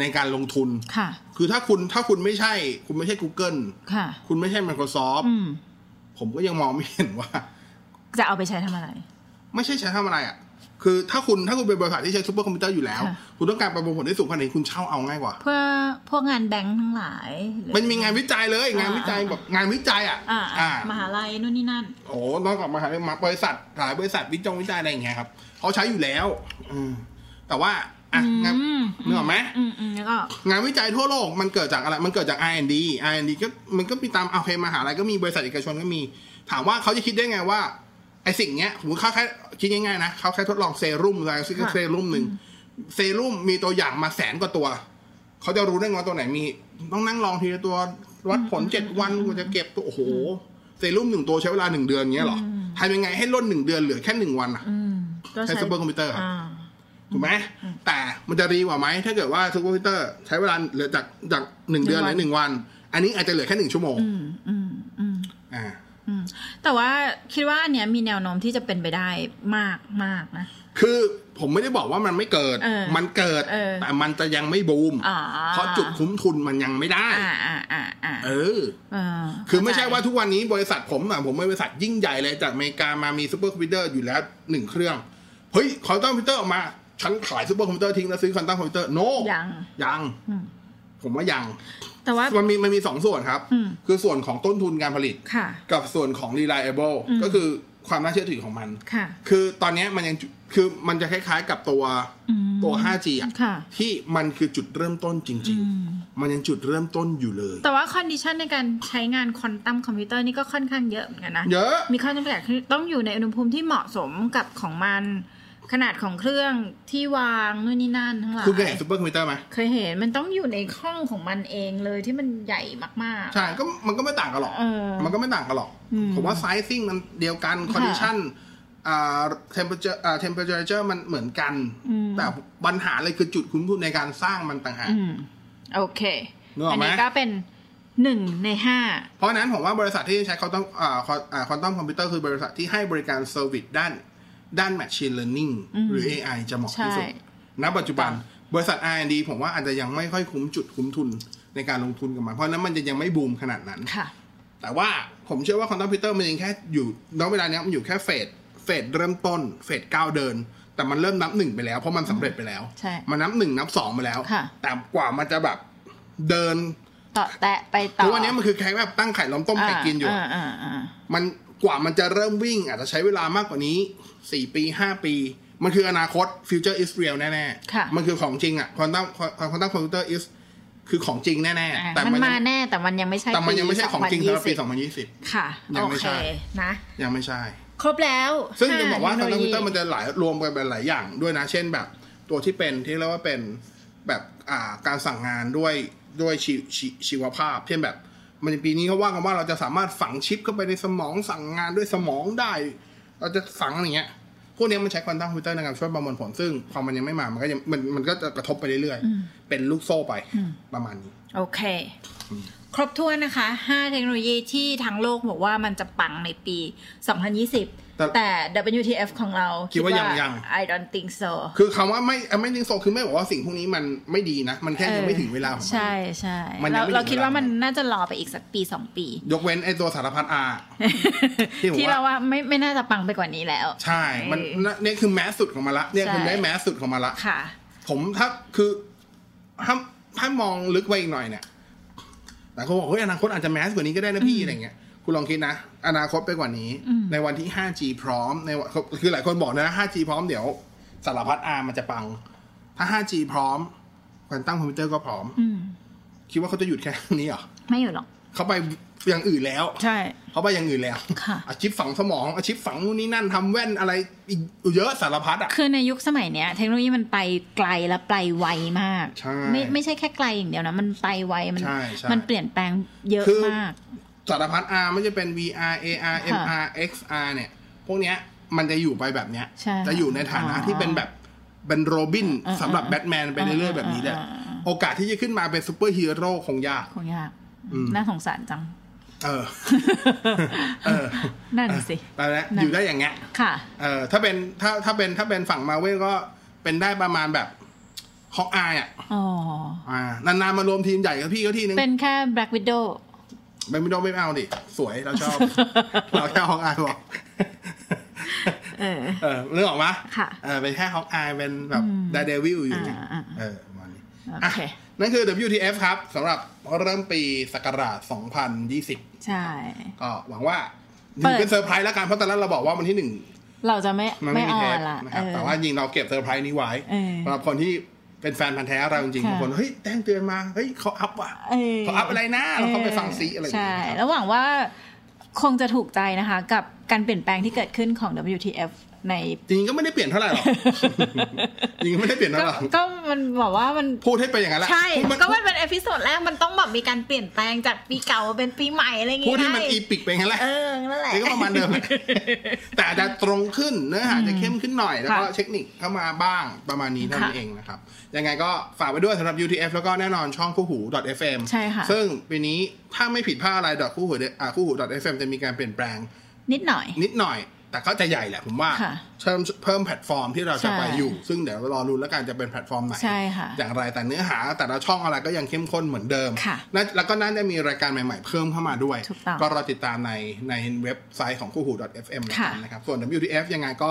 S4: ในการลงทุน
S5: ค่ะ
S4: คือถ้าคุณถ้าคุณไม่ใช่ คุณไม่ใช่ Google
S5: ค่ะ
S4: คุณไม่ใช่ Microsoft
S5: อืม
S4: ผมก็ยังมองไม่เห็นว่า
S5: จะเอาไปใช้ทำอะไร
S4: ไม่ใช่ใช้ทำอะไรอ่ะ คือถ้าคุณถ้าคุณเป็นบริษัทที่ใช้ซูเปอร์คอมพิวเตอร์อยู่แล้ว
S5: ค่ะ
S4: คุณต้องการประมวลผลที่สูงขนาดนี้คุณเช่าเอาง่ายกว่า
S5: เพื่อพวกงานแบงค์ทั้งหลายหรือ
S4: มันมีงานวิจัยเลย งาน
S5: อ่า
S4: วิจัยแบบงานวิจัยอ่ะ
S5: อ่า
S4: อ่าม
S5: หาลัยนู่นนี่นั่น
S4: โอ้นอกจากมหาลัยมาบริษัทหลายบริษัทวิจงวิจัยอะไรอย่างเงี้ยครับเขาใช้อยู่แล้วอืมแต่ว่าอ่ะงาน
S5: อืม
S4: นึกออกไหม
S5: อืมอืมแล้วก็
S4: งานวิจัยทั่วโลกมันเกิดจากอะไร มันเกิดจาก R&D R&D ก็มันก็มีตามเอาเคมหาลัยก็มีบริษัทเอกชนก็มี ถามว่าเขาจะคิดได้ไงว่าไอสิ่งเนี้ยผมเขาแค่คิดง่ายๆนะเขาแค่ทดลองเซรุ่มอะไรซึ่งก็
S5: ค่ะ
S4: เซรุ่มหนึ่งเซรุ่มมีตัวอย่างมาแสนกว่าตัว เขาจะรู้ได้ไงว่าตัวไหนมี ต้องนั่งลองทีละตัววัดผลเจ็ดวันกว่าจะเก็บตัวโอ้โหเซรุ่มหนึ่งตัวใช้เวลาหนึ่งเดือนเงี้ยเหรอทำยังไงให้ลดหนึ่งเดือนเหลือแค่หนึ่งวันอะ
S5: อืม ก็
S4: ใช้ซูเปอร์คอมพิวเตอร์ครับ
S5: า
S4: ถูกไหมแต่มันจะดีกว่าไหมถ้าเกิดว่าซูเปอร์คอมพิวเตอร์ใช้เวลาเหลือจากจากหนึ่งเดือนหรือหนึ่งวัน อันนี้อาจจะเหลือแค่หนึ่งชั่วโมง
S5: อืมอืมอืม
S4: อ่า
S5: อืมแต่ว่าคิดว่าอันเนี้ยมีแนวโน้มที่จะเป็นไปได้มากมากนะ
S4: คือผมไม่ได้บอกว่ามันไม่เกิด
S5: เออ
S4: มันเกิด
S5: เออ
S4: แต่มันจะยังไม่บูม
S5: อ่า
S4: เพราะจุดคุ้มทุนมันยังไม่ได้
S5: อ่าอ่าอ่าอ่า
S4: เออ
S5: เออ
S4: คือไม่ใช่ว่าทุกวันนี้บริษัทผมอ่ะผมเป็นบริษัทยิ่งใหญ่เลยจากอเมริกามามีซูเปอร์คอมพิวเตอร์อยู่แล้วหนึ่งเครื่องเฮ้ยคอนตัมคอมพิวเตอร์ออกมาฉันขายซูเปอร์คอมพิวเตอร์ทิ้งแล้วซื้อคอนตัมคอมพิวเตอร์โน
S5: ยัง
S4: ยัง
S5: อืม
S4: ผมว่ายัง
S5: แต่ว่า
S4: มันมีมันมีสองส่วนครับ
S5: อืม
S4: คือส่วนของต้นทุนการผลิต
S5: ค่ะ
S4: กับส่วนของ reliable
S5: อืม
S4: ก็คือความน่าเชื่อถือของมัน
S5: ค่ะ
S4: คือตอนเนี้ยมันยังจุคือมันจะคล้ายๆกับตัว
S5: อืม
S4: ตัว 5G อะ
S5: ค่ะ
S4: ที่มันคือจุดเริ่มต้นจริง
S5: อืม
S4: ๆ มันยังจุดเริ่มต้นอยู่เลย
S5: แต่ว่าคอนดิชันในการใช้งานควอนตัมคอมพิวเตอร์นี่ก็ค่อนข้างเยอะเหมือนกันนะ
S4: เยอะ
S5: มีข้อจำกัดคือต้องอยู่ในอุณหภูมิที่เหมาะสมกับของมัน ขนาดของเครื่องที่วางนู่นนี่นั่นทั้งหลาย
S4: คุณเคยเห็นซูเปอร์คอมพิวเตอร์ไหม
S5: เคยเห็นมันต้องอยู่ในห้องของมันเองเลยที่มันใหญ่มากๆ
S4: ใช่ก็มันก็ไม่ต่างกันหรอก
S5: เออ
S4: มันก็ไม่ต่างกันหรอก
S5: อืม
S4: ผมว่าไซซิ่งมันเดียวกัน คอนดิชันอ่าเทมเปอร์เจอร์อ่าเทมเปอร์เจอร์มันเหมือนกัน
S5: อืม
S4: แต่ปัญหาเลยคือจุดคุ้มทุนในการสร้างมันต่างหาก
S5: อืมโอเค
S4: นึกออกไหม
S5: อันี้ก็เป็นหนึ่งในห้า
S4: เพราะฉะนั้นผมว่าบริษัทที่ใช้คอนตัมคอนตัมคอมพิวเตอร์คือบริษัทที่ให้บริการเซอร์วิสด้านด้าน Machine Learning
S5: อืม
S4: หรือ AI จะเหมาะที่สุด
S5: ใช่
S4: ณ ปัจจุบันบริษัท R&D ผมว่าอาจจะยังไม่ค่อยคุ้มจุดคุ้มทุนในการลงทุนกับมัน เพราะฉะนั้นมันจะยังไม่บูมขนาดนั้น
S5: ค่ะ
S4: แต่ว่าผมเชื่อว่าคอนตัมคอมพิวเตอร์มันยังแค่อยู่ณเวลาเนี้ยมันอยู่แค่เฟสเฟสเริ่มต้นเฟสก้าวเดิน แต่มันเริ่มนับหนึ่งไปแล้วเพราะมันสำเร็จไปแล้ว
S5: ใช่
S4: มันนับหนึ่งนับสองไปแล้ว
S5: ค่ะ
S4: แต่กว่ามันจะแบบเดิน
S5: ต่อแตะไปต่อ
S4: ทุกวันนี้มันคือแค่แบบตั้งไข่ล้อมต้มไข่กินอยู่
S5: าาอ่า
S4: มันกว่ามันจะเริ่มวิ่งอาจจะใช้เวลามากกว่านี้สี่ปีห้าปี มันคืออนาคต future is real แน่
S5: ะ
S4: มันคือของจริงอ่ะควอนตัมควอนตัมคอมพิวเตอร์ is คือของจริงแน่
S5: อ่า
S4: ๆแต่
S5: มัน
S4: ยัง
S5: มาแน่แต่มันยังไม่ใช่
S4: แต่มันยังไม่ใช่ของจริงสำหรับปี
S5: 2020
S4: 2020
S5: ค่ะ
S4: ยังไม่ใช่
S5: โอเคนะ
S4: ยังไม่ใช่
S5: ครบแล้ว
S4: ซึ่งจะบอกว่า
S5: ห้
S4: ควอนตัมคอมพิวเตอร์มัน
S5: เทคโนโลยี
S4: จะหลายรวมกันเป็นหลายอย่างด้วยนะ เช่นแบบตัวที่เป็นที่เรียกว่าเป็นแบบอ่าการสั่งงานด้วยด้วยชีชีชีวภาพ เช่นแบบ มันปีนี้เขาว่ากันว่าเราจะสามารถฝังชิปเข้าไปในสมองสั่งงานด้วยสมองได้ เราจะฝังอย่างเงี้ยพวกเนี้ยมันใช้ควอนตัมคอมพิวเตอร์ในการช่วยประมวลผลซึ่งพอมันยังไม่มามันก็ยังมันมันก็จะกระทบไปเรื่อยๆ เป็นลูกโซ่ไปประมาณนี้
S5: โอเค ครบถ้วนนะคะห้าเทคโนโลยีที่ทั้งโลกบอกว่ามันจะปังในปี
S4: แต่
S5: 2020 แต่ WTF ของเรา
S4: คิดว่ายังยัง
S5: I don't think so
S4: คือคำว่าไม่ไม่ดิงโซคือไม่บอกว่าสิ่งพวกนี้มันไม่ดีนะ มันแค่ยังไม่ถึงเวลาของมัน
S5: ใช่ใช่
S4: มันยัง
S5: เรา
S4: ไม่ถึง
S5: เราคิดว่า
S4: เวลามั
S5: มัน
S4: น
S5: น่าจะรอไปอีกสักปีสองปี
S4: ยกเว้นไอ้ตัวสารพัดอา ที่
S6: [LAUGHS]
S4: ผมว่า
S5: ที่เราว่าไม่ไม่น่าจะปังไปกว่านี้แล้ว
S4: ใช่ มัน
S5: เออ
S4: เนี่ยคือแมสสุดของมันละ เนี่ยคือ
S5: ใช่
S4: ได้แมสสุดของมันละ
S5: ค่ะ
S4: ผมถ้าคือถ้าถ้ามองลึกไปอีกหน่อยเนี่ยแต่เขาบอกเฮ้ยอนาคตอาจจะแมสกว่านี้ก็ได้นะพี่อะไรเงี้ย ผ คุณลองคิดนะ อนาคตไปกว่านี้ ในวันที่ 5G พร้อมในวันคือหลายคนบอกนะ 5G พร้อมเดี๋ยวสารพัดอามันจะปัง ถ้า 5G พร้อมควอนตัมคอมพิวเตอร์ก็พร้อม
S5: อืม
S4: คิดว่าเขาจะหยุดแค่นี้เหรอ
S5: ไม่อยู่หรอก
S4: เขาไปอย่างอื่นแล้ว
S5: ใช่
S4: เขาไปอย่างอื่นแล้ว
S5: ค่ะ
S4: อาชีพฝังสมองอาชีพฝังนู่นนี่นั่นทำแว่นอะไรอีกเยอะสารพัดอ่ะ
S6: คือในยุคสมัยเนี้ย เทคโนโลยีมันไปไกลและไปไวมาก
S4: ใช่
S6: ไม่ไม่ใช่แค่ไกลอย่างเดียวนะ มันไปไวมัน
S4: ใช่ใช่
S6: มันเปลี่ยนแปลงเยอะ
S4: คือ
S6: มาก
S4: สารพัด R ไม่ว่าจะเป็น VR AR
S6: ค่ะ
S4: MR XR เนี่ย พวกเนี้ยมันจะอยู่ไปแบบเนี้ย
S6: ใช่ค่ะ
S4: จะอยู่ในฐานะ
S6: อ๋อ
S4: ที่เป็นแบบเป็นโรบิน
S6: อ่า
S4: สำหรับ
S6: อ่า
S4: แบทแมนไปเรื่อยๆ แบบนี้แหละ
S6: อ่าอ่าอ่า
S4: โอกาสที่จะขึ้นมาเป็นซูเปอร์ฮีโร่คงยาก
S6: คงยาก
S4: อืม
S6: น่าสงสารจั
S4: [LAUGHS]
S6: ง
S4: เออ เออ
S6: นั่นสิ
S4: ตอนนี้
S6: [LAUGHS] นั่น
S4: อยู่ได้อย่างเงี้ย
S6: ค่ะ
S4: เออถ้าเป็นถ้าถ้าเป็นถ้าเป็นฝั่งมาเวลก็เป็นได้ประมาณแบบฮอกอายอ่ะ
S6: อ๋อ
S4: อ่านานๆมารวมทีมใหญ่กับพี่ก็ทีนึง
S6: เป็นแค่ Black Widow
S4: ไม่ไม่ต้องไม่เอาดิ สวยเราช
S6: [LAUGHS]
S4: อบ เราแค่ฮอกอายบอก
S6: เออ
S4: เออเรื่องออกมา
S6: ค่ะ
S4: เออเป็นแค่ฮอกอายเป็นแบบ
S6: อืม
S4: ดาเดวิลอยู่เนี่ย
S6: อ่าอ่า
S4: เออประมาณนี้
S6: โอเค
S4: อ่ะนั่นคือ WTF ครับสำหรับเริ่มปีศักราช 2020
S6: ใช่
S4: ก็หวังว่า
S6: เปิด
S4: เป็นเซอร์ไพรส์แล้วกัน เพราะตอนแรกเราบอกว่าวันที่หนึ่ง
S6: เราจะไม่
S4: มัน
S6: ไม่
S4: ไม่มี
S6: ออ
S4: เทป
S6: นละ
S4: นะครับ
S6: เออ
S4: แต่ว่าจริงเราเก็บเซอร์ไพรส์นี้ไว้
S6: เออ
S4: สำหรับคนที่เป็นแฟนพันธ์แท้เราจริงๆ
S6: ค่ะ
S4: บางคนเฮ้ยแจ้งเตือนมาเฮ้ยเขาอัพว่ะ
S6: เออ
S4: เขาอัพอะไรนะเราเข้าไปฟังซีอะไรอย่าง
S6: ใช่
S4: เงี้ยครับ
S6: แล้วหวังว่าคงจะถูกใจนะคะ กับการเปลี่ยนแปลงที่เกิดขึ้นของ WTF ใน
S4: จริงๆก็ไม่ได้เปลี่ยนเท่าไหร่หรอก จริงๆไม่ได้เปลี่ยน
S6: ก็
S4: เท่าไหร่
S6: ก็มันบอกว่ามัน
S4: พูดให้ไปอย่างนั้นแหละ
S5: ใช่
S4: พูดมัน
S5: ก็มันเป็นเอพิโซดแรก มันต้องแบบมีการเปลี่ยนแปลงจากปีเก่าเป็นปีใหม่อะไรอย่าง
S4: พู
S5: งี้
S4: ดให้มันอี
S5: ได้
S4: ปิกไปอย่างนั้นแหละ
S5: เออ นั่นแหละ
S4: นี่ก็ประมาณเดิ
S6: [LAUGHS]
S4: มแหละ แต่อาจจะตรงขึ้นเนื้อหาจะเข้มขึ้นหน่อย แล้วก็
S6: ค่ะ
S4: เทคนิคเข้ามาบ้างประมาณนี้เท่านั้น
S6: ค่ะ
S4: เองนะครับ ยังไงก็ฝากไว้ด้วยสำหรับ UTF แล้วก็แน่นอนช่องคู่หู .fm
S6: ใช่ค่ะ
S4: ซึ่งปีนี้ถ้าไม่ผิดพลาดอะไรดอคู่หูอ่าคู่หู .fm จะมีการเปลี่ยนแปลง
S6: นิดหน่อย
S4: นิดหน่อย แต่ก็จะใหญ่แหละผมว่า
S6: ค่ะ
S4: เพิ่มเพิ่มแพลตฟอร์มที่เราจะ
S6: ใช่
S4: ไปอยู่ ซึ่งเดี๋ยวรอรุ้นแล้วกันจะเป็นแพลตฟอร์มไหน
S6: ใช่ค่ะ
S4: อย่างไรแต่เนื้อหาแต่ละช่องอะไรก็ยังเข้มข้นเหมือนเดิม
S6: ค่ะ
S4: น่าแล้วก็น่าจะมีรายการใหม่ๆเพิ่มเข้ามาด้วย
S6: ถูกต้อง
S4: ก็รอติดตามในในเว็บไซต์ของคู่หู .fm แล้วกัน
S6: ค่ะ
S4: นะครับ ส่วน WTF ยังไงก็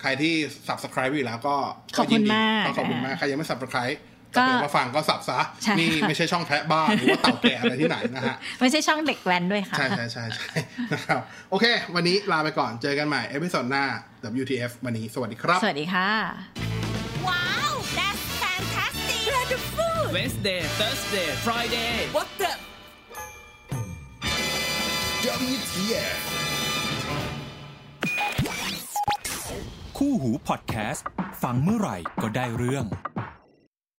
S4: ใครที่ subscribe อยู่แล้วก็
S6: ขอบคุณ
S4: ยินดี
S6: มาก
S4: ขอบคุณมากใครยังไม่ subscribe
S6: ก็
S4: ก็เปิดมาฟังก็สับซะ
S6: ใช่
S4: นี่
S6: ค่ะ
S4: ไม่ใช่ช่องแพะบ้าหรือว่าเต่าแก่อะไรที่ไหนนะฮะ
S6: ไม่ใช่ช่องเด็กแว้นด้วยค่ะ
S4: ใช่ใช่ใช่ใช่นะครับ โอเค วันนี้ลาไปก่อนเจอกันใหม่ เอพิโซดหน้า WTF วันนี้สวัสดีครับ
S6: สวัสดีค่ะ
S2: Wow, that's fantastic. Wonderful.
S3: Wednesday, Thursday, Friday.
S2: What the?
S4: WTF
S1: คู่หูพอดแคสต์ ฟังเมื่อไหร่ก็ได้เรื่อง